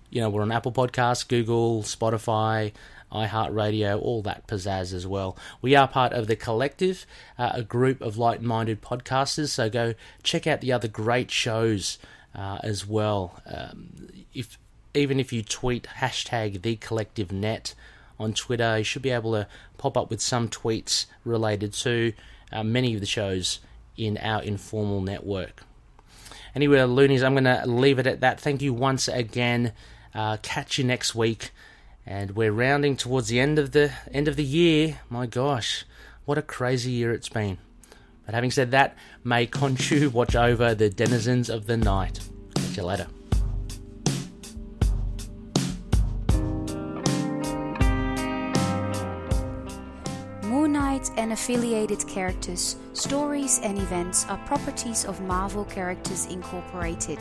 B: you know, we're on Apple Podcasts, Google, Spotify, iHeartRadio, all that pizzazz as well. We are part of the Collective, uh, a group of like minded podcasters. So go check out the other great shows uh, as well. Um, if Even if you tweet hashtag the collective net on Twitter, you should be able to pop up with some tweets related to uh, many of the shows in our informal network. Anyway, loonies, I'm going to leave it at that. Thank you once again. Uh, catch you next week, and we're rounding towards the end of the end of the year. My gosh, what a crazy year it's been. But having said that, may Conchu watch over the denizens of the night. Catch you later.
G: Moon Knight and affiliated characters, stories, and events are properties of Marvel Characters Incorporated.